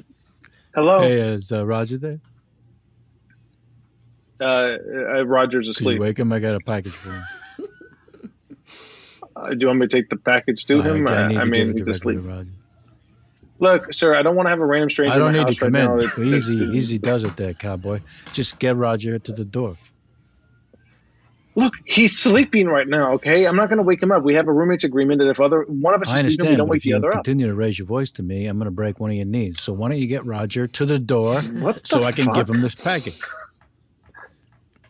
Hello. Hey, is uh, Roger there? Uh, uh, Roger's Could asleep. you wake him? I got a package for him. Uh, do you want me to take the package to Uh, him? I I, need I to give mean, it he's directly to asleep. Roger. Look, sir, I don't want to have a random stranger. I don't in my need house to come right now. in. It's- it's- easy, easy does it there, cowboy. Just get Roger to the door. Look, he's sleeping right now. Okay, I'm not going to wake him up. We have a roommates agreement that if other one of us I is sleeping, we understand. don't but wake If the you other up. continue to raise your voice to me, I'm going to break one of your knees. So why don't you get Roger to the door What so the I can give fuck? him this package?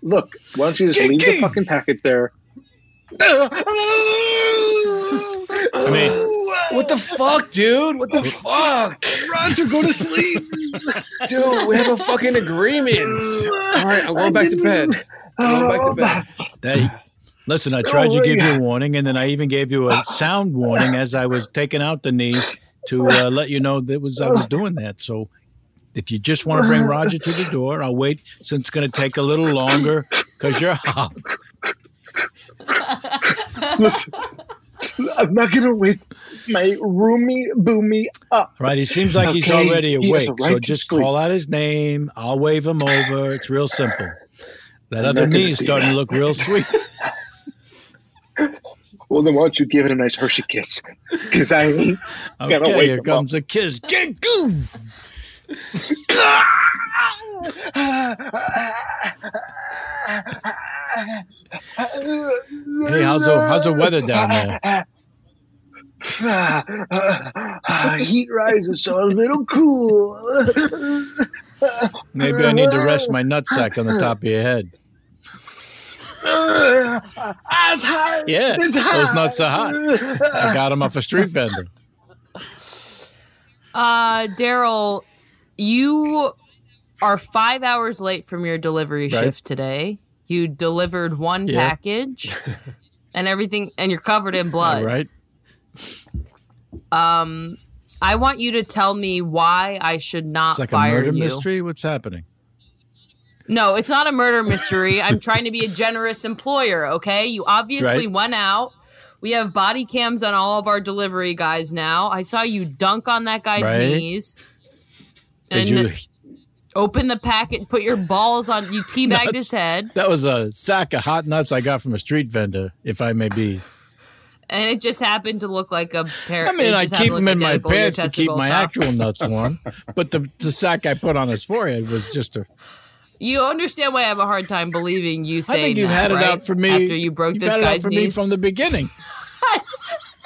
Look, why don't you just leave the fucking package there? I mean, what the fuck, dude? What the fuck? Roger, go to sleep. Dude, we have a fucking agreement. All right, I'm going back to bed. I'm going back to bed. That, listen, Oh, I tried to give you yeah. a warning, and then I even gave you a sound warning as I was taking out the knees to uh, let you know that was I was doing that. So if you just want to bring Roger to the door, I'll wait since it's going to take a little longer because you're hot. I'm not gonna wake my roomie boomy up. Right? He seems like he's Okay, already he has awake. a so right to just sleep. call out his name. I'll wave him over. It's real simple. That I'm other not gonna knee's do starting that. to look real sweet. Well, then why don't you give it a nice Hershey kiss? Because I ain't gonna Okay, wake here him comes up. a kiss. Get goof. Hey, how's the, how's the weather down there? heat rises, so a little cool. Maybe I need to rest my nutsack on the top of your head. it's hot. Yeah, it's hot. those nuts are hot. I got them off a street vendor. Uh, Daryl, you are five hours late from your delivery Right. shift today. You delivered one Yeah. package, and everything, and you're covered in blood. Right? Um, I want you to tell me why I should not It's like a fire murder you. mystery. What's happening? No, it's not a murder mystery. I'm trying to be a generous employer, okay? You obviously Right. went out. We have body cams on all of our delivery guys now. I saw you dunk on that guy's Right. knees. Did And- you? Open the packet, put your balls on, you teabagged his head, That was a sack of hot nuts I got from a street vendor, if I may be. and it just happened to look like a pair I mean, it I just happened keep to them look in my identical to your pants to keep my testicles, huh? actual nuts warm, but the, the sack I put on his forehead was just a. You understand why I have a hard time believing you I saying think you've that, had right? it out for me. After you broke you've this had it out guy's for me knees. from the beginning.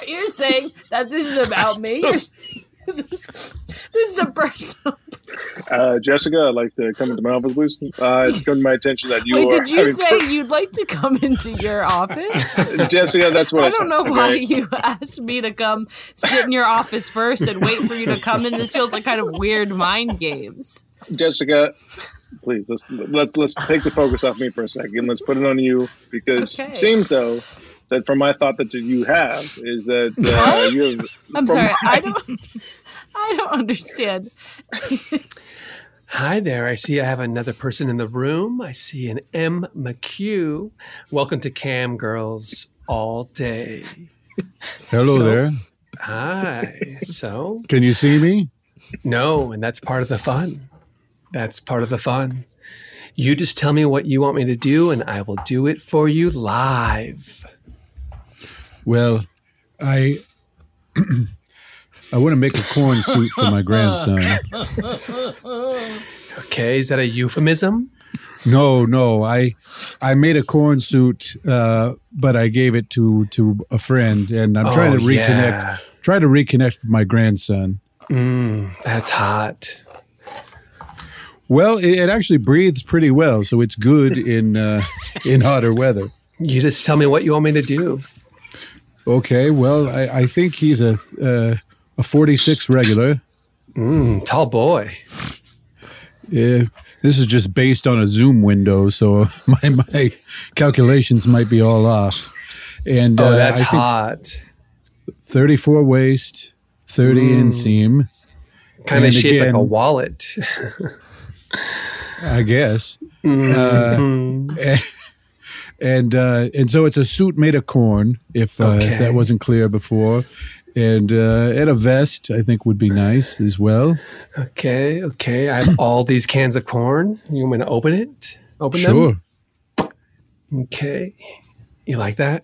You're saying that this is about me? You're saying this is, this is a personal. Uh, Jessica, I'd like to come into my office, please. Uh, it's come to my attention that you Wait, are. did you having- say you'd like to come into your office? Jessica, that's what I, I don't said, know why okay? you asked me to come sit in your office first and wait for you to come in. This feels like kind of weird mind games. Jessica, please let's let's let's take the focus off me for a second. Let's put it on you because Okay. it seems though that from my thought that you have is that uh, What? you have. from I'm sorry, my- I don't, I don't understand. Hi there. I see I have another person in the room. I see an M McHugh. Welcome to Cam Girls All Day. Hello So- there. Hi. So Can you see me? No, and that's part of the fun. That's part of the fun. You just tell me what you want me to do, and I will do it for you live. Well, I I want to make a corn soup for my grandson. Okay, is that a euphemism? No, no, I I made a corn suit, uh, but I gave it to to a friend, and I'm trying Oh, to reconnect. yeah. Try to reconnect with my grandson. Mm, that's hot. Well, it, it actually breathes pretty well, so it's good in uh, in hotter weather. You just tell me what you want me to do. Okay, well, I, I think he's a uh, a 46 regular. Mm, tall boy. Yeah, this is just based on a Zoom window, so my my calculations might be all off. And oh, uh, that's I think hot. 34 waist, 30 Mm. inseam. Kind of And shaped like a again, wallet. I guess. Mhm. Uh, and uh, and so it's a suit made of corn, if, uh, Okay. if that wasn't clear before, and uh, and a vest I think would be nice as well. okay, okay. I have all these cans of corn. You want me to open it? Open sure. them? Okay. You like that?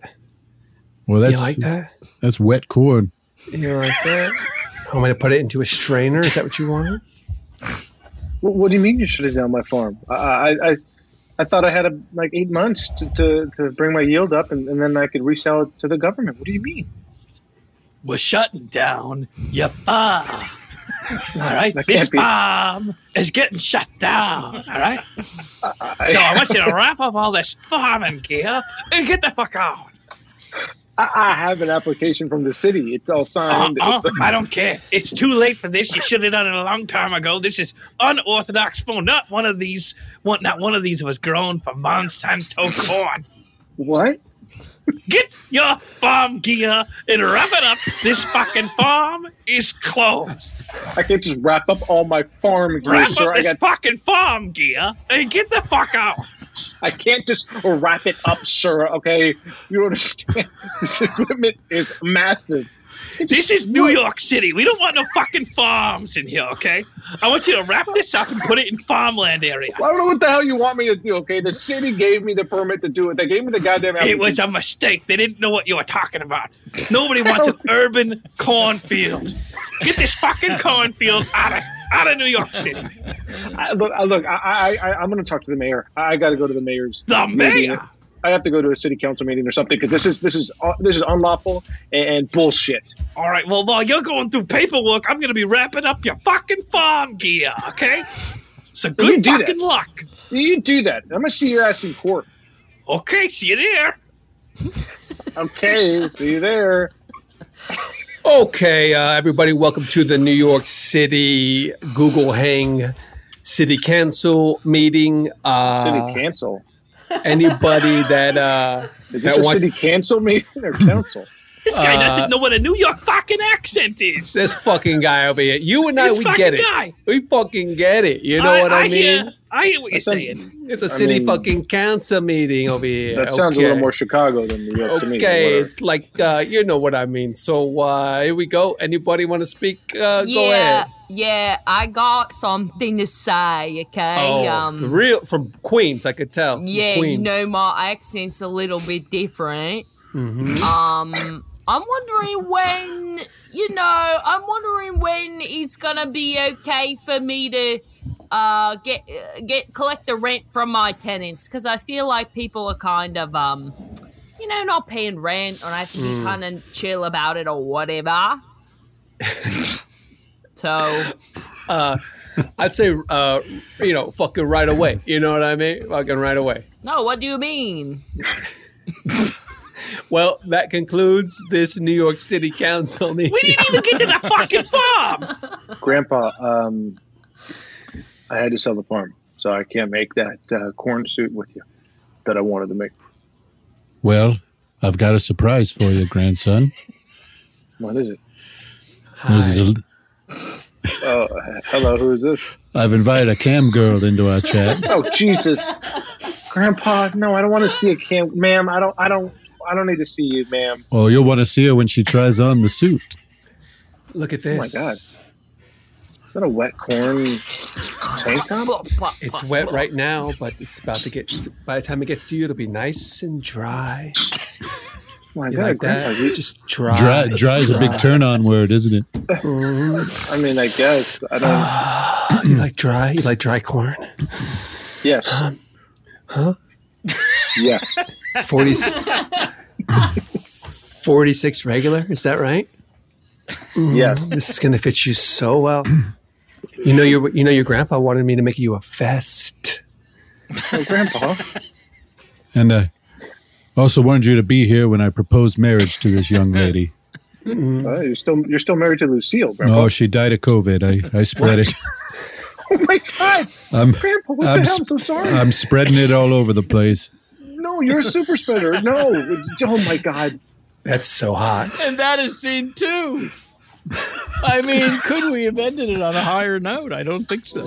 Well, You that's like that? That's wet corn. You like that? I'm going to put it into a strainer. Is that what you want? What, what do you mean you should have done my farm? I, I, I, I thought I had a, like eight months to, to, to bring my yield up, and, and then I could resell it to the government. What do you mean? We're shutting down your farm. All right, That this can't be- farm is getting shut down. All right, so I want you to wrap up all this farming gear and get the fuck out. I, I have an application from the city. It's all signed. Uh-uh, It's- I don't care. It's too late for this. You should have done it a long time ago. This is unorthodox phone. Not one of these. One, not one of these was grown for Monsanto corn. What? Get your farm gear and wrap it up. This fucking farm is closed. I can't just wrap up all my farm gear. Wrap sir. up I this got. fucking farm gear and get the fuck out. I can't just wrap it up, sir. Okay, you understand? this equipment is massive. This is New York City. We don't want no fucking farms in here, okay? I want you to wrap this up and put it in farmland area. I don't know what the hell you want me to do. Okay, the city gave me the permit to do it. They gave me the goddamn. It application. was a mistake. They didn't know what you were talking about. Nobody wants an urban cornfield. Get this fucking cornfield out of out of New York City. I, look, I, look, I, I, I, I'm going to talk to the mayor. I, I got to go to the mayor's. The meeting. mayor? I have to go to a city council meeting or something because this is this is uh, this is unlawful and, and bullshit. All right. Well, while you're going through paperwork, I'm gonna be wrapping up your fucking farm gear. Okay. So You good do that. fucking luck. You do that. I'm going to see your ass in court. Okay. See you there. Okay, see you there. Okay, uh, everybody, welcome to the New York City Google Hang City Council meeting. Uh, City council. Anybody that uh, Is that this a wants city council meeting or council? This guy Uh, doesn't know what a New York fucking accent is. this fucking guy over here, you and I, This we fucking get it. guy. We fucking get it. You know what I, mean? Hear, I hear what you're a- saying. It's a city fucking council meeting over here. That sounds a little Okay. more Chicago than New York to me. Okay, Whatever. it's like uh, you know what I mean. So uh, here we go. Anybody want to speak? Uh, Go yeah, ahead. yeah, I got something to say, okay? Um, Oh, the real from Queens, I could tell. from yeah, Queens. you know my accent's a little bit different. Mhm. Um, I'm wondering when, you know, I'm wondering when it's gonna be okay for me to uh get uh, get collect the rent from my tenants because I feel like people are kind of um, you know, not paying rent, and I have to be Hmm. kind of chill about it or whatever. so, uh, I'd say uh, you know, fucking right away. You know what I mean? Fucking right away. no, what do you mean? Well, that concludes this New York City Council meeting. We didn't even get to the fucking farm. Grandpa, um, I had to sell the farm, so I can't make that uh, corn suit with you that I wanted to make. Well, I've got a surprise for you, grandson. What is it? There's a, Oh, hello. Who is this? I've invited a cam girl into our chat. Oh Jesus, Grandpa! No, I don't want to see a cam, ma'am. I don't. I don't. I don't need to see you, ma'am. Oh, you'll want to see her when she tries on the suit. Look at Oh my this. God. Is that a wet corn tank top? It's wet right now, but it's about to get. By the time it gets to you, it'll be nice and dry. My you God, like that? Grandpa, you- Just dry. Dry, dry is a big turn on word, isn't it? I mean, I guess I Uh, don't. you like dry? You like dry corn? Yes. Huh? Yes. 40, 46 regular. Is that right? Mm, Yes. This is going to fit you so well. You know your you know your grandpa wanted me to make you a vest. Oh, grandpa. And I also wanted you to be here when I proposed marriage to this young lady. Mm-hmm. Oh, you're still you're still married to Lucille, Grandpa. No, she died of COVID. I, I spread it. Oh my God, I'm, Grandpa! What I'm the hell? I'm sp- so sorry. I'm spreading it all over the place. no, you're a super spreader. No, oh my God. That's so hot. And that is scene two. I mean, could we have ended it on a higher note? I don't think so.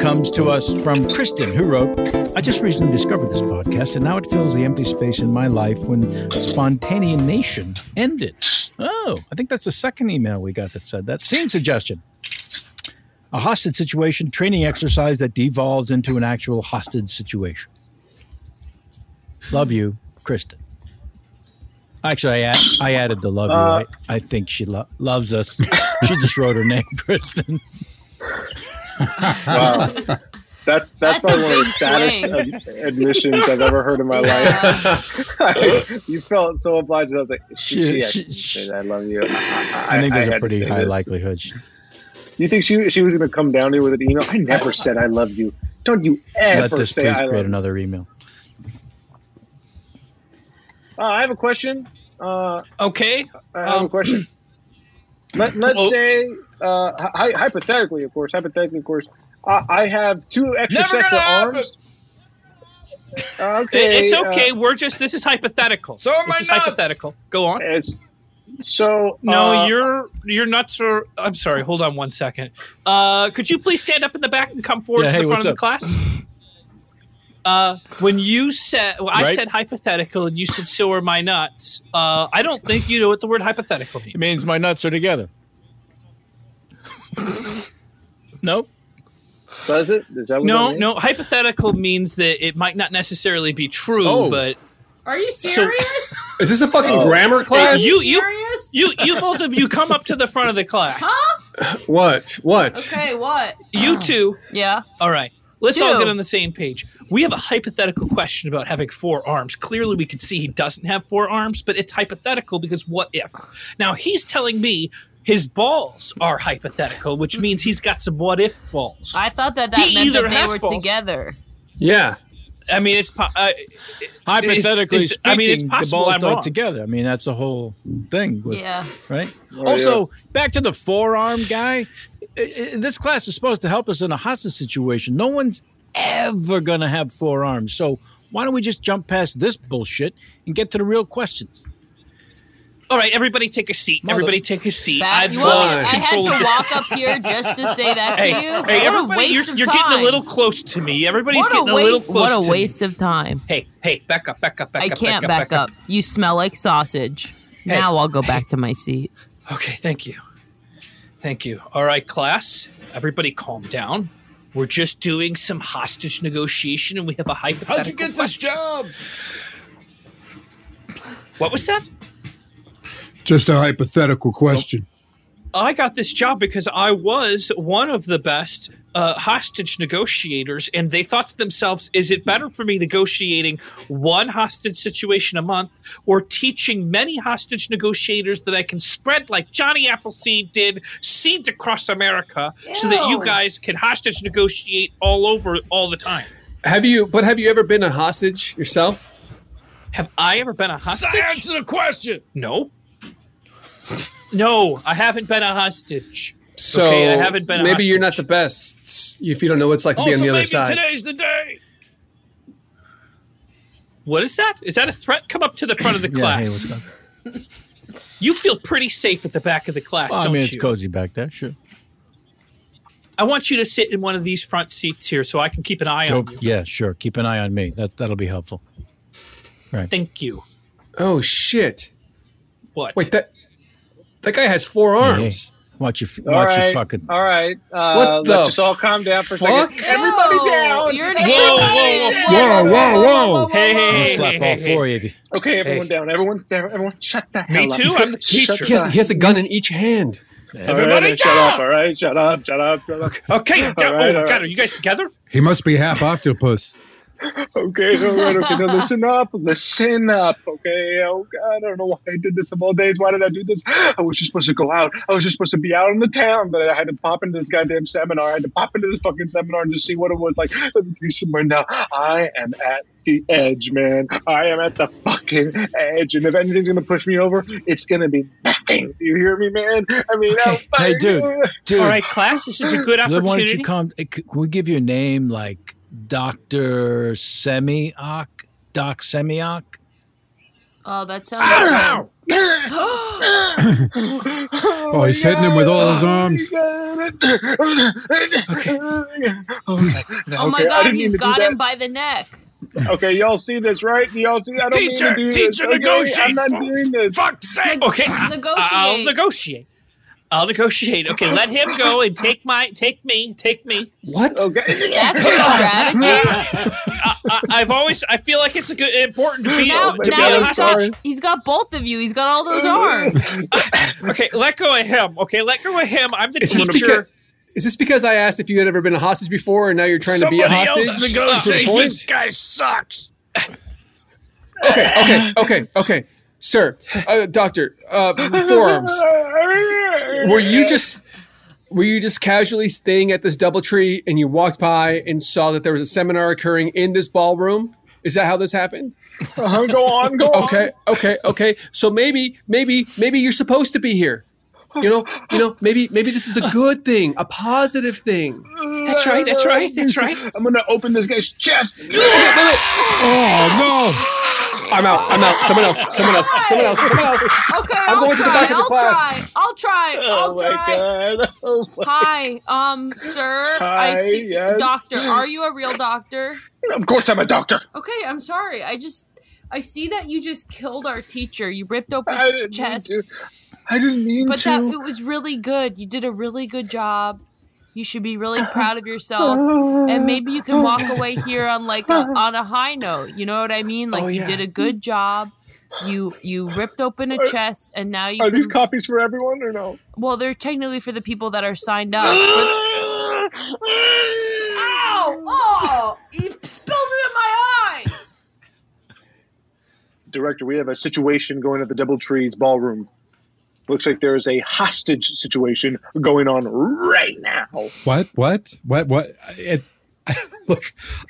comes to us from Kristen, who wrote, I just recently discovered this podcast, and now it fills the empty space in my life when Spontaneation ended. Oh, I think that's the second email we got that said that. Scene suggestion. A hostage situation training exercise that devolves into an actual hostage situation. Love you, Kristen. Actually, I, add, I added the love Uh, you. I, I think she lo- loves us. she just wrote her name, Kristen. Wow. That's that's, That's a probably one of the big saddest swing. ad- admissions I've ever heard in my life. you felt so obliged. I was like, She- she, she- she, she, I love you. I, I, think there's a a pretty high likelihood. she- You think she she was going to come down here with an email? I never said I love you. Don't you ever Eh, Let this say please I create love you. another email. Uh, I have a question. Uh, okay. I have a Um, question. Let, let's Oh. say, uh, hy- hypothetically, of course, hypothetically, of course, I I have two extra Never sets of gonna happen. arms. Okay. It- it's uh, okay. We're just this is hypothetical. So am this is hypothetical. Go on. so no, uh, you're you're nuts. Or I'm sorry. Hold on one second. Uh, could you please stand up in the back and come forward Yeah, to hey, the front what's of up? the class? Uh, when you said, well, I Right? said hypothetical, and you said, "So are my nuts." Uh, I don't think you know what the word hypothetical means. It means my nuts are together. nope. Does it? Is that No, no. Hypothetical means that it might not necessarily be true, Oh. but Are you So- serious? Is this a fucking Oh. grammar class? You, you, you, you, both of you come up to the front of the class. What? What? okay, what? You two. Uh, Yeah. All right. Let's all Two. get on the same page. We have a hypothetical question about having four arms. Clearly, we can see he doesn't have four arms, but it's hypothetical because what if? Now, he's telling me his balls are hypothetical, which means he's got some what if balls. I thought that that He meant either that they has were balls- together. Yeah. I mean, it's po- uh, Hypothetically it's- speaking, I mean, it's the possible balls I'm don't wrong. together. I mean, that's the whole thing. with- Yeah. Right. Oh, also, back to the forearm guy. I- I- This class is supposed to help us in a hostage situation. No one's ever going to have forearms. So why don't we just jump past this bullshit and get to the real questions? All right, everybody take a seat. everybody take a seat. I've you want me- lost I had control to of this. walk up here just to say that to hey, you? Hey, What a everybody, waste you're, of you're getting a time. little close to me. Everybody's What a getting a wa- little what close a to waste me. of time. Hey, hey, back up, back up, back I up. can't back, up. You smell like sausage. Hey. Now I'll go back to my seat. Okay, thank you. Thank you. All right, class. Everybody calm down. We're just doing some hostage negotiation and we have a hypothetical How'd you get this question. job? What was that? Just a hypothetical question. I got this job because I was one of the best uh, hostage negotiators, and they thought to themselves, is it better for me negotiating one hostage situation a month or teaching many hostage negotiators that I can spread like Johnny Appleseed did seeds across America so that you Ew. guys can hostage negotiate all over all the time? Have you? But have you ever been a hostage yourself? Have I ever been a hostage? answer the question. No. No, I haven't been a hostage. So okay, I haven't been. A Maybe hostage. Oh, you're not the best if you don't know what it's like to be on the other side. the day. What is that? Is that a threat? Come up to the front of the class. you feel pretty safe at the back of the class, Well, I don't mean, you? it's cozy back there. Sure. I want you to sit in one of these front seats here so I can keep an eye Go- on you. yeah, sure. Keep an eye on me. That that'll be helpful. Right. Thank you. oh shit! What? Wait that that guy has four arms. Watch your f- All watch your right. fucking. All right. Uh, What the let's just all calm down for a second. fuck? Everybody down. you're an Everybody idiot. down. Whoa, whoa, whoa! Hey, hey, I'll hey, slap hey, all hey, four of you. Okay, everyone Hey. down. Everyone down. Everyone, shut the hell Me up. too, He's I'm the got- teacher. He has, he has a gun in each hand. Everybody shut up. down. All right, shut up. Shut up. Shut up. Okay, All down- right, oh, all God, right. are you guys together? He must be half octopus. Okay, all right, okay. Now listen up. Listen up. Okay. Oh God, I don't know why I did this of all days. Why did I do this? I was just supposed to go out. I was just supposed to be out in the town, but I had to pop into this goddamn seminar. I had to pop into this fucking seminar and just see what it was like. Let me tell you something right now. I am at the edge, man. I am at the fucking edge, and if anything's gonna push me over, it's gonna be nothing. Do you hear me, man? I mean, I'll Hey, fucking- dude, dude. All right, class, this is a good Then Why don't opportunity. you come? eh, c- Can we give you a name like Doctor Semioc? Doc Semioc? Oh, that sounds. Ow! oh, Oh, he's hitting him with all his arms. Okay. Oh my Okay, I god, didn't mean he's to do got that. him by the neck. Okay, y'all see this, right? Y'all see? I don't Teacher, mean to do this. teacher, okay? negotiate. I'm not doing this. Fuck's sake. Okay, I'll negotiate. negotiate. I'll negotiate. Okay, let him go and take my, take me, take me. What? Okay. That's your strategy. I, I've always, I feel like it's a good, important to be, now, to be now a he's got, hostage. he's got both of you. He's got all those arms. Okay, let go of him. Okay, let go of him. I'm the Is this, because, teacher. is this because I asked if you had ever been a hostage before, and now you're trying to be a hostage? To the point? guy sucks. Okay, okay, okay, okay, sir, uh, doctor, uh, forearms. Were you just were you just casually staying at this DoubleTree and you walked by and saw that there was a seminar occurring in this ballroom? Is that how this happened? Uh-huh, go on, go on. okay, okay, okay. So maybe, maybe, maybe you're supposed to be here. You know, you know, maybe, maybe this is a good thing, a positive thing. That's right, that's right, that's right. I'm going to open this guy's chest. Oh no! I'm out. I'm out. Someone else. Someone else. Someone else. Someone else. Okay, I'm I'll going to the try. back of the I'll class. try. I'll try. Oh I'll try. Hi, um, sir. I Hi, see yes. doctor. Are you a real doctor? Of course, I'm a doctor. Okay, I'm sorry. I just I see that you just killed our teacher. You ripped open I his didn't mean chest. to. I didn't mean but to. that it was really good. You did a really good job. You should be really proud of yourself, and maybe you can walk away here on like a, on a high note. You know what I mean? Like Oh, you yeah. did a good job. You you ripped open a Are- chest, and now you Are can these copies for everyone or no? well, they're technically for the people that are signed up. Ow! Oh! You spilled it in my eyes! Director, we have a situation going at the Double Trees ballroom. Looks like there is a hostage situation going on right now. What? What? What? What? I- It, look,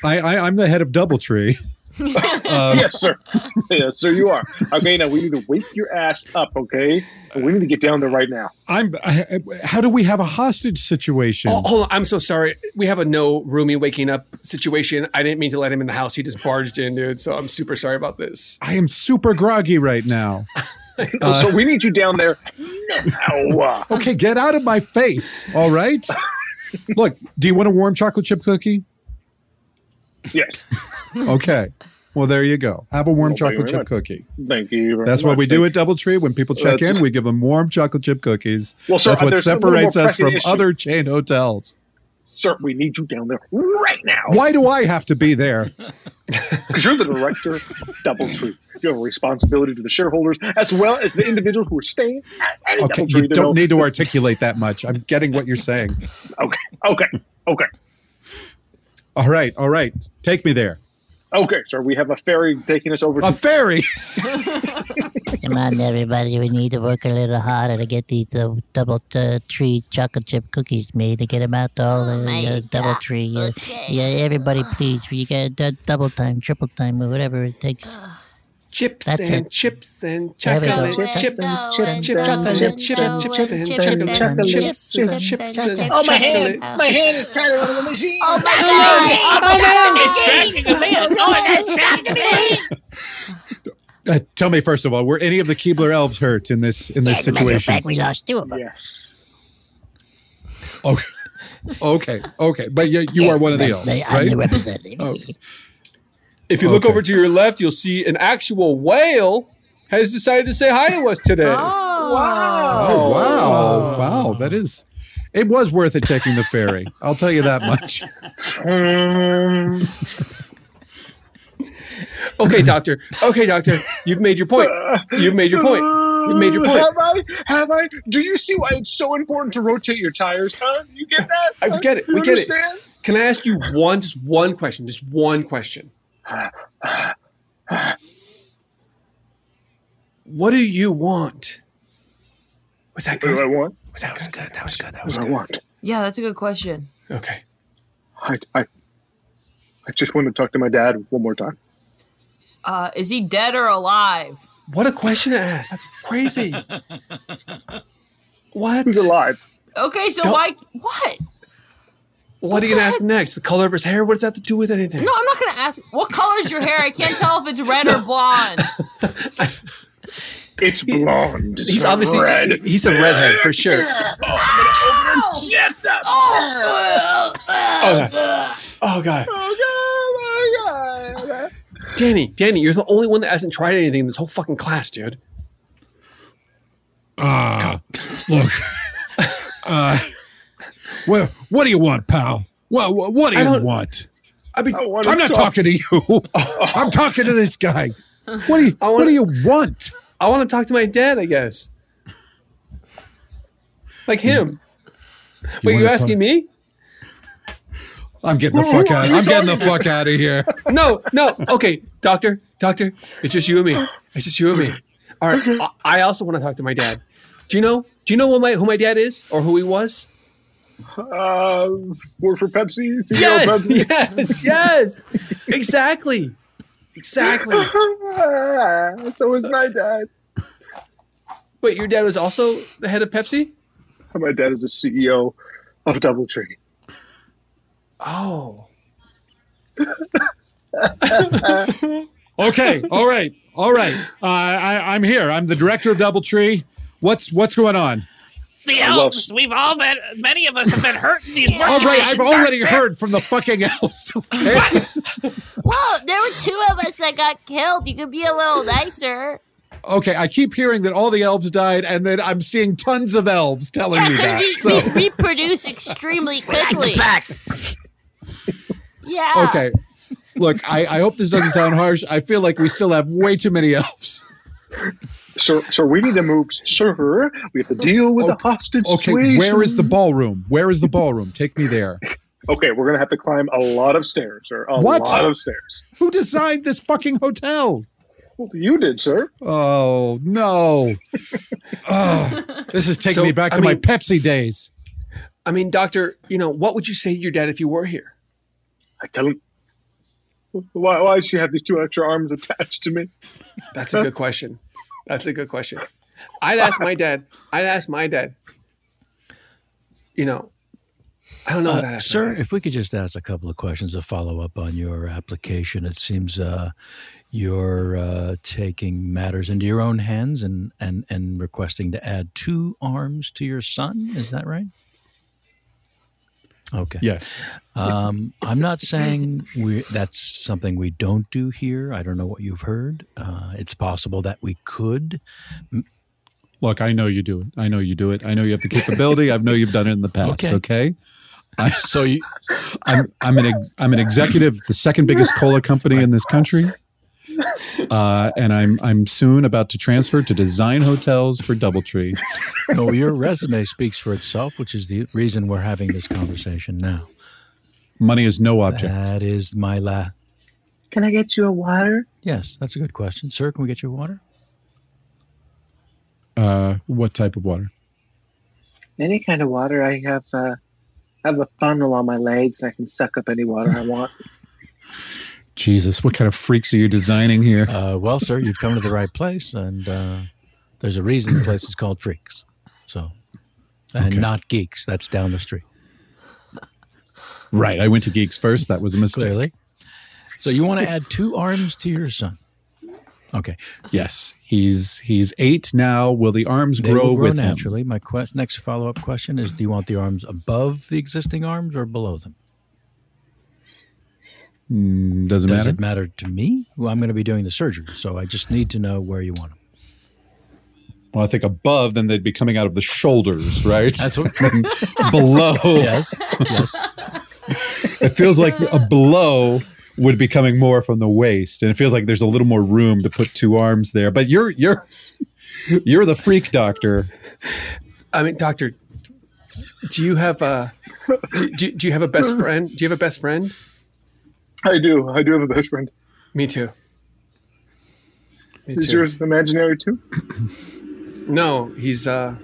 I, I I'm the head of DoubleTree. Um, yes, sir. Yes, sir, you are. Okay, now we need to wake your ass up, okay? We need to get down there right now. I'm. I, I- how do we have a hostage situation? Oh, hold on. I'm so sorry. We have a no roomie waking up situation. I didn't mean to let him in the house. He just barged in, dude. So I'm super sorry about this. I am super groggy right now. Uh, so we need you down there now. okay, get out of my face. All right. Look, do you want a warm chocolate chip cookie? Yes. Okay. Well, there you go. Have a warm Well, thank you chocolate very chip much. cookie. Thank you. very That's what much. we do at Thank- DoubleTree. When people check That's- in, we give them warm chocolate chip cookies. Well, sir, That's what there's a little more separates us pressing from issue. other chain hotels. Sir, we need you down there right now. Why do I have to be there? Because you're the director of DoubleTree. You have a responsibility to the shareholders as well as the individuals who are staying at at Okay, DoubleTree. you to don't know- need to articulate that much. I'm getting what you're saying. Okay, okay, okay, All right, all right. Take me there. okay, sir. We have a ferry taking us over. A to ferry. Come on, everybody. We need to work a little harder to get these uh, double uh, tree chocolate chip cookies made to get them out to all the uh, double tree. Uh, Yeah, everybody, please. You got uh, double time, triple time, or whatever it takes. Chips That's and it. chips and There we go. chocolate chips, chips, Chocolate, chips, chocolate, chips, chocolate, chips, and chocolate, chocolate, chocolate, chips, chocolate, chips, chips, chocolate, and Oh, my chocolate. hand. My hand is tied around the machine. Oh, my God. God. It's dragging a man. Oh, it's dragging a man. Uh, tell me first of all, were any of the Keebler elves hurt in this in this As a matter of situation? fact, we lost two of them. Yes. Okay, okay, okay. But you, you are one of the elves, they- right? I'm the representative. Oh, If you look Okay. over to your left, you'll see an actual whale has decided to say hi to us today. wow! Oh, wow! Wow! That is. It was worth it taking the ferry. I'll tell you that much. Okay, doctor. Okay, doctor. You've made your point. You've made your point. You've made your point. Have I? Have I? Do you see why it's so important to rotate your tires, huh? You get that? I get it. You We get it. understand? Can I ask you one, just one question? Just one question. What do you want? Was that good? What do I want? Was that, was good? That was good. That What was do I good. want? Yeah, that's a good question. Okay. I, I, I just want to talk to my dad one more time. Uh, is he dead or alive? What a question to ask. That's crazy. what? He's alive. Okay, so Don't- why? What? What are you gonna ask next? The color of his hair? What does that have to do with anything? No, I'm not gonna ask. What color is your hair? I can't tell if it's red or blonde. It's blonde. He's obviously he's a redhead for sure. Chest up. Oh, Oh god. Oh god. Oh God! my God. Danny, Danny, you're the only one that hasn't tried anything in this whole fucking class, dude. Ah, look. uh, well, what do you want, pal? Well, wha- what do I you don't- want? I mean, I'm not talking to you. I'm talking to this guy. What do you? what do you want? I want to talk to my dad, I guess. Like him. Wait, wanna you asking talk- me? I'm getting the Who- fuck who are out. you I'm getting the talking to? fuck out of here. No, no. Okay, doctor, doctor, it's just you and me. It's just you and me. All right. I I also want to talk to my dad. Do you know? Do you know what my who my dad is or who he was? Uh, work for Pepsi. CEO Yes, Pepsi. yes, yes. Exactly. Exactly. Ah, so was my dad. Wait, your dad was also the head of Pepsi? My dad is the CEO of DoubleTree. Oh. Okay. All right. All right. Uh, I, I'm here. I'm the director of DoubleTree. What's what's going on? The I love- elves. We've all been. Many of us have been hurt in these. work All right. I've conditions aren't already fair. heard from the fucking elves. Well, there were two of us that got killed. You could be a little nicer. Okay. I keep hearing that all the elves died, and then I'm seeing tons of elves telling me Yeah, 'cause that. we, So. we reproduce extremely quickly. yeah. Okay. Look, I, I hope this doesn't sound harsh. I feel like we still have way too many elves. So, so we need to move, sir. We have to deal with the hostage Okay, situation. where is the ballroom? Where is the ballroom? Take me there. Okay, we're gonna have to climb a lot of stairs, sir. A What? lot of stairs. Who designed this fucking hotel? Well, you did, sir. Oh no! oh, this is taking So, me back to I my mean- Pepsi days. I mean, doctor, you know, what would you say to your dad if you were here? I tell him. Why, why does she have these two extra arms attached to me? That's a good question. That's a good question. I'd ask my dad. I'd ask my dad. You know, I don't know. what I'd Uh, ask sir, if we could just ask a couple of questions to follow up on your application, it seems uh, you're uh, taking matters into your own hands and, and, and requesting to add two arms to your son. Is that right? Okay. Yes. Um, I'm not saying we, that's something we don't do here. I don't know what you've heard. Uh, it's possible that we could. Look, I know you do it. I know you do it. I know you have the capability. I know you've done it in the past. Okay. Okay. I, so you, I'm I'm an ex, I'm an executive, of the second biggest cola company in this country, uh, and I'm I'm soon about to transfer to design hotels for DoubleTree. No, your resume speaks for itself, which is the reason we're having this conversation now. Money is no object. That is my la. Can I get you a water? Yes, that's a good question. Sir, can we get you water? Uh, what type of water? Any kind of water. I have. Uh, I have a funnel on my legs, and I can suck up any water I want. Jesus, what kind of freaks are you designing here? Uh, well, sir, you've come to the right place, and uh, there's a reason the place is called Freaks. So, and not Geeks. That's down the street. Right, I went to Geeks first. That was a mistake. Clearly. So you want to add two arms to your son? Okay. Yes, he's he's eight now. Will the arms They grow, will grow with him? naturally. My quest, next follow up question is: Do you want the arms above the existing arms or below them? Mm, doesn't Does matter. it matter to me? Well, I'm going to be doing the surgery, so I just need to know where you want them. Well, I think above, then they'd be coming out of the shoulders, right? That's what. below. Yes, yes. It feels like a below would be coming more from the waist, and it feels like there's a little more room to put two arms there. But you're you're you're the freak doctor. I mean, doctor, do you have a do, do, do you have a best friend? Do you have a best friend? I do. I do have a best friend. Me too. Me is too. yours imaginary too? No, he's uh.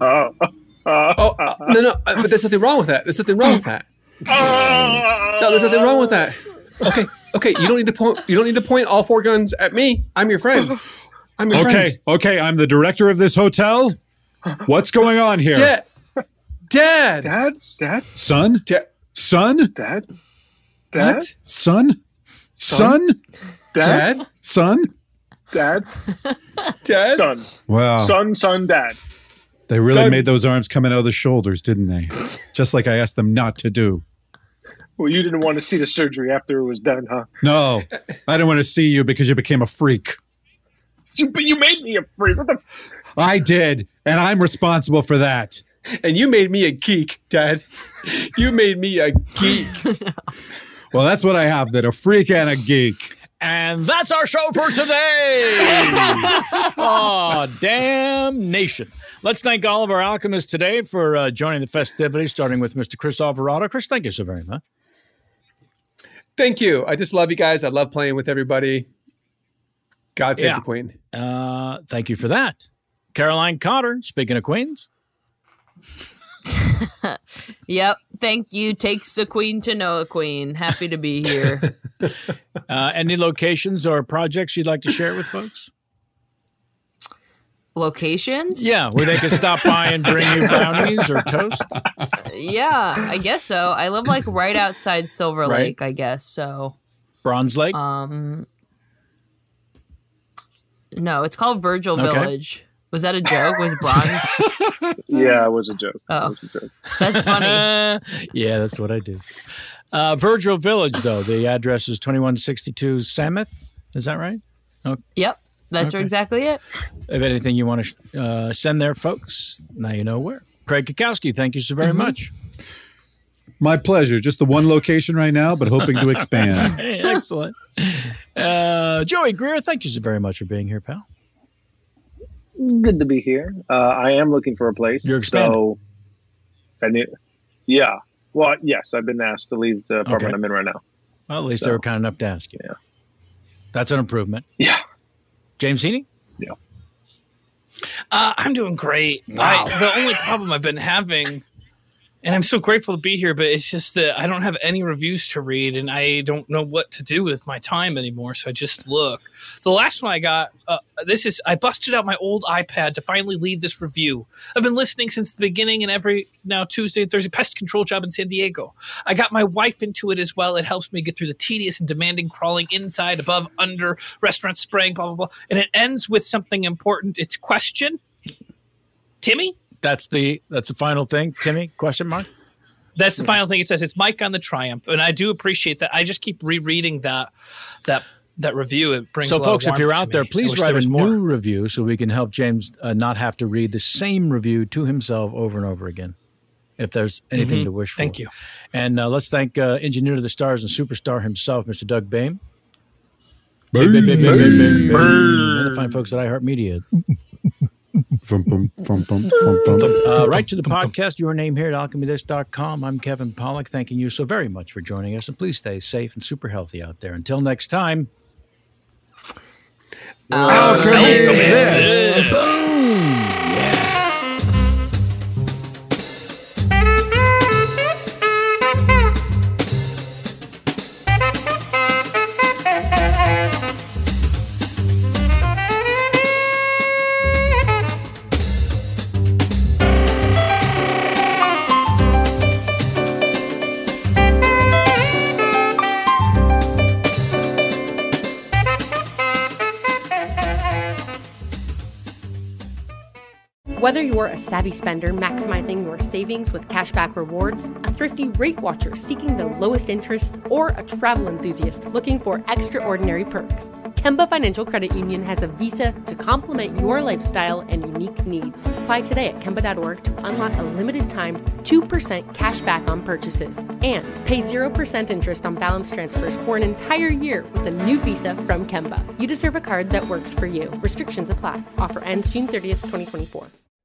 Oh. oh uh, no no! uh, But there's nothing wrong with that. There's nothing wrong with that. No, there's nothing wrong with that. Okay, okay. You don't need to point. You don't need to point all four guns at me. I'm your friend. I'm your okay, friend. okay, I'm the director of this hotel. What's going on here, Dad. Dad. Dad. Dad. son? Son? Dad. Dad. What? Son? Son? Son? Dad? Son? Dad. Dad. Son. Wow. Son. Son. Dad. They really Dad. made those arms coming out of the shoulders, didn't they? Just like I asked them not to do. Well, you didn't want to see the surgery after it was done, huh? No, I didn't want to see you because you became a freak. You, but you made me a freak. What the? f- I did, and I'm responsible for that. And you made me a geek, Dad. You made me a geek. Well, that's what I have that a freak and a geek. And that's our show for today. oh, damnation. Let's thank all of our alchemists today for uh, joining the festivities, starting with Mr. Chris Alvarado. Chris, thank you so very much. Thank you. I just love you guys. I love playing with everybody. God save Yeah. the queen. Uh, thank you for that. Caroline Cotter, speaking of queens. Yep. Thank you. Takes a queen to know a queen. Happy to be here. Uh, any locations or projects you'd like to share with folks? Locations? Yeah, Uh, where they could stop by and bring you brownies or toast. Yeah, I guess so. I live like right outside Silver Right. Lake, I guess. So Bronze Lake. Um, no, it's called Virgil Okay. Village. Was that a joke? Was bronze? Yeah, it was a joke. Oh, That's funny. yeah, that's what I do. Uh, Virgil Village, though the address is twenty one sixty two Samoth. Is that right? Oh, yep, that's Okay. exactly it. If anything you want to uh, send there, folks, now you know where. Craig Kukowski, thank you so very Mm-hmm. much. My pleasure. Just the one location right now, but hoping to expand. Excellent. Uh, Joey Greer, thank you so very much for being here, pal. Good to be here. Uh, I am looking for a place. You're expanding. So, if I knew, yeah. Well, yes, I've been asked to leave the Okay. apartment I'm in right now. Well, at least they were kind enough to ask you. Yeah. That's an improvement. Yeah. James Heaney? Yeah. Uh, I'm doing great. Wow. I, the only problem I've been having, and I'm so grateful to be here, but it's just that I don't have any reviews to read, and I don't know what to do with my time anymore. So I just look. The last one I got, uh, this is I busted out my old iPad to finally leave this review. I've been listening since the beginning, and every now Tuesday and Thursday pest control job in San Diego. I got my wife into it as well. It helps me get through the tedious and demanding crawling inside, above, under, restaurant spraying, blah blah blah. And it ends with something important. It's question. Timmy? That's the that's the final thing. Timmy, question mark? That's the final thing it says. It's Mike on the Triumph, and I do appreciate that. I just keep rereading that that that review. It brings a so, lot of folks, if warmth you're to out there, me. I please wish there write was a more. new review so we can help James uh, not have to read the same review to himself over and over again. If there's anything Mhm. to wish for, Thank you. And uh, let's thank uh, Engineer to the Stars and Superstar himself, Mr. Doug Bame. Bame, Bame, Bame, Bame, Bame, Bame. Bame. And the fine folks at iHeartMedia. Fum, bum, fum, bum, fum, bum. Uh, right to the podcast, your name here at alchemythis.com. I'm Kevin Pollock, thanking you so very much for joining us. And please stay safe and super healthy out there. Until next time. Oh, Alchemythis. Boom! Yeah. Whether you're a savvy spender maximizing your savings with cashback rewards, a thrifty rate watcher seeking the lowest interest, or a travel enthusiast looking for extraordinary perks, Kemba Financial Credit Union has a visa to complement your lifestyle and unique needs. Apply today at Kemba.org to unlock a limited time 2% cash back on purchases and pay 0% interest on balance transfers for an entire year with a new visa from Kemba. You deserve a card that works for you. Restrictions apply. Offer ends June 30th, 2024.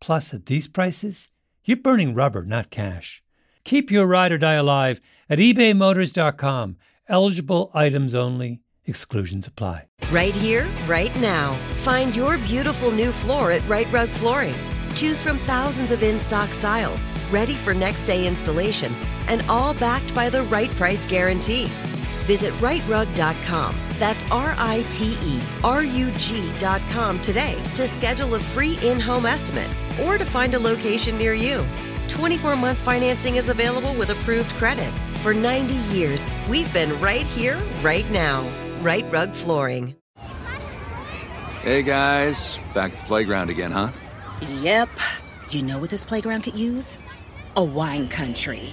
Plus, at these prices, you're burning rubber, not cash. Keep your ride or die alive at ebaymotors.com. Eligible items only, exclusions apply. Right here, right now. Find your beautiful new floor at Right Rug Flooring. Choose from thousands of in stock styles, ready for next day installation, and all backed by the right price guarantee. Visit rightrug.com. That's R I T E R U G.com today to schedule a free in home estimate or to find a location near you. 24 month financing is available with approved credit. For 90 years, we've been right here, right now. Right Rug Flooring. Hey guys, back at the playground again, huh? Yep. You know what this playground could use? A wine country.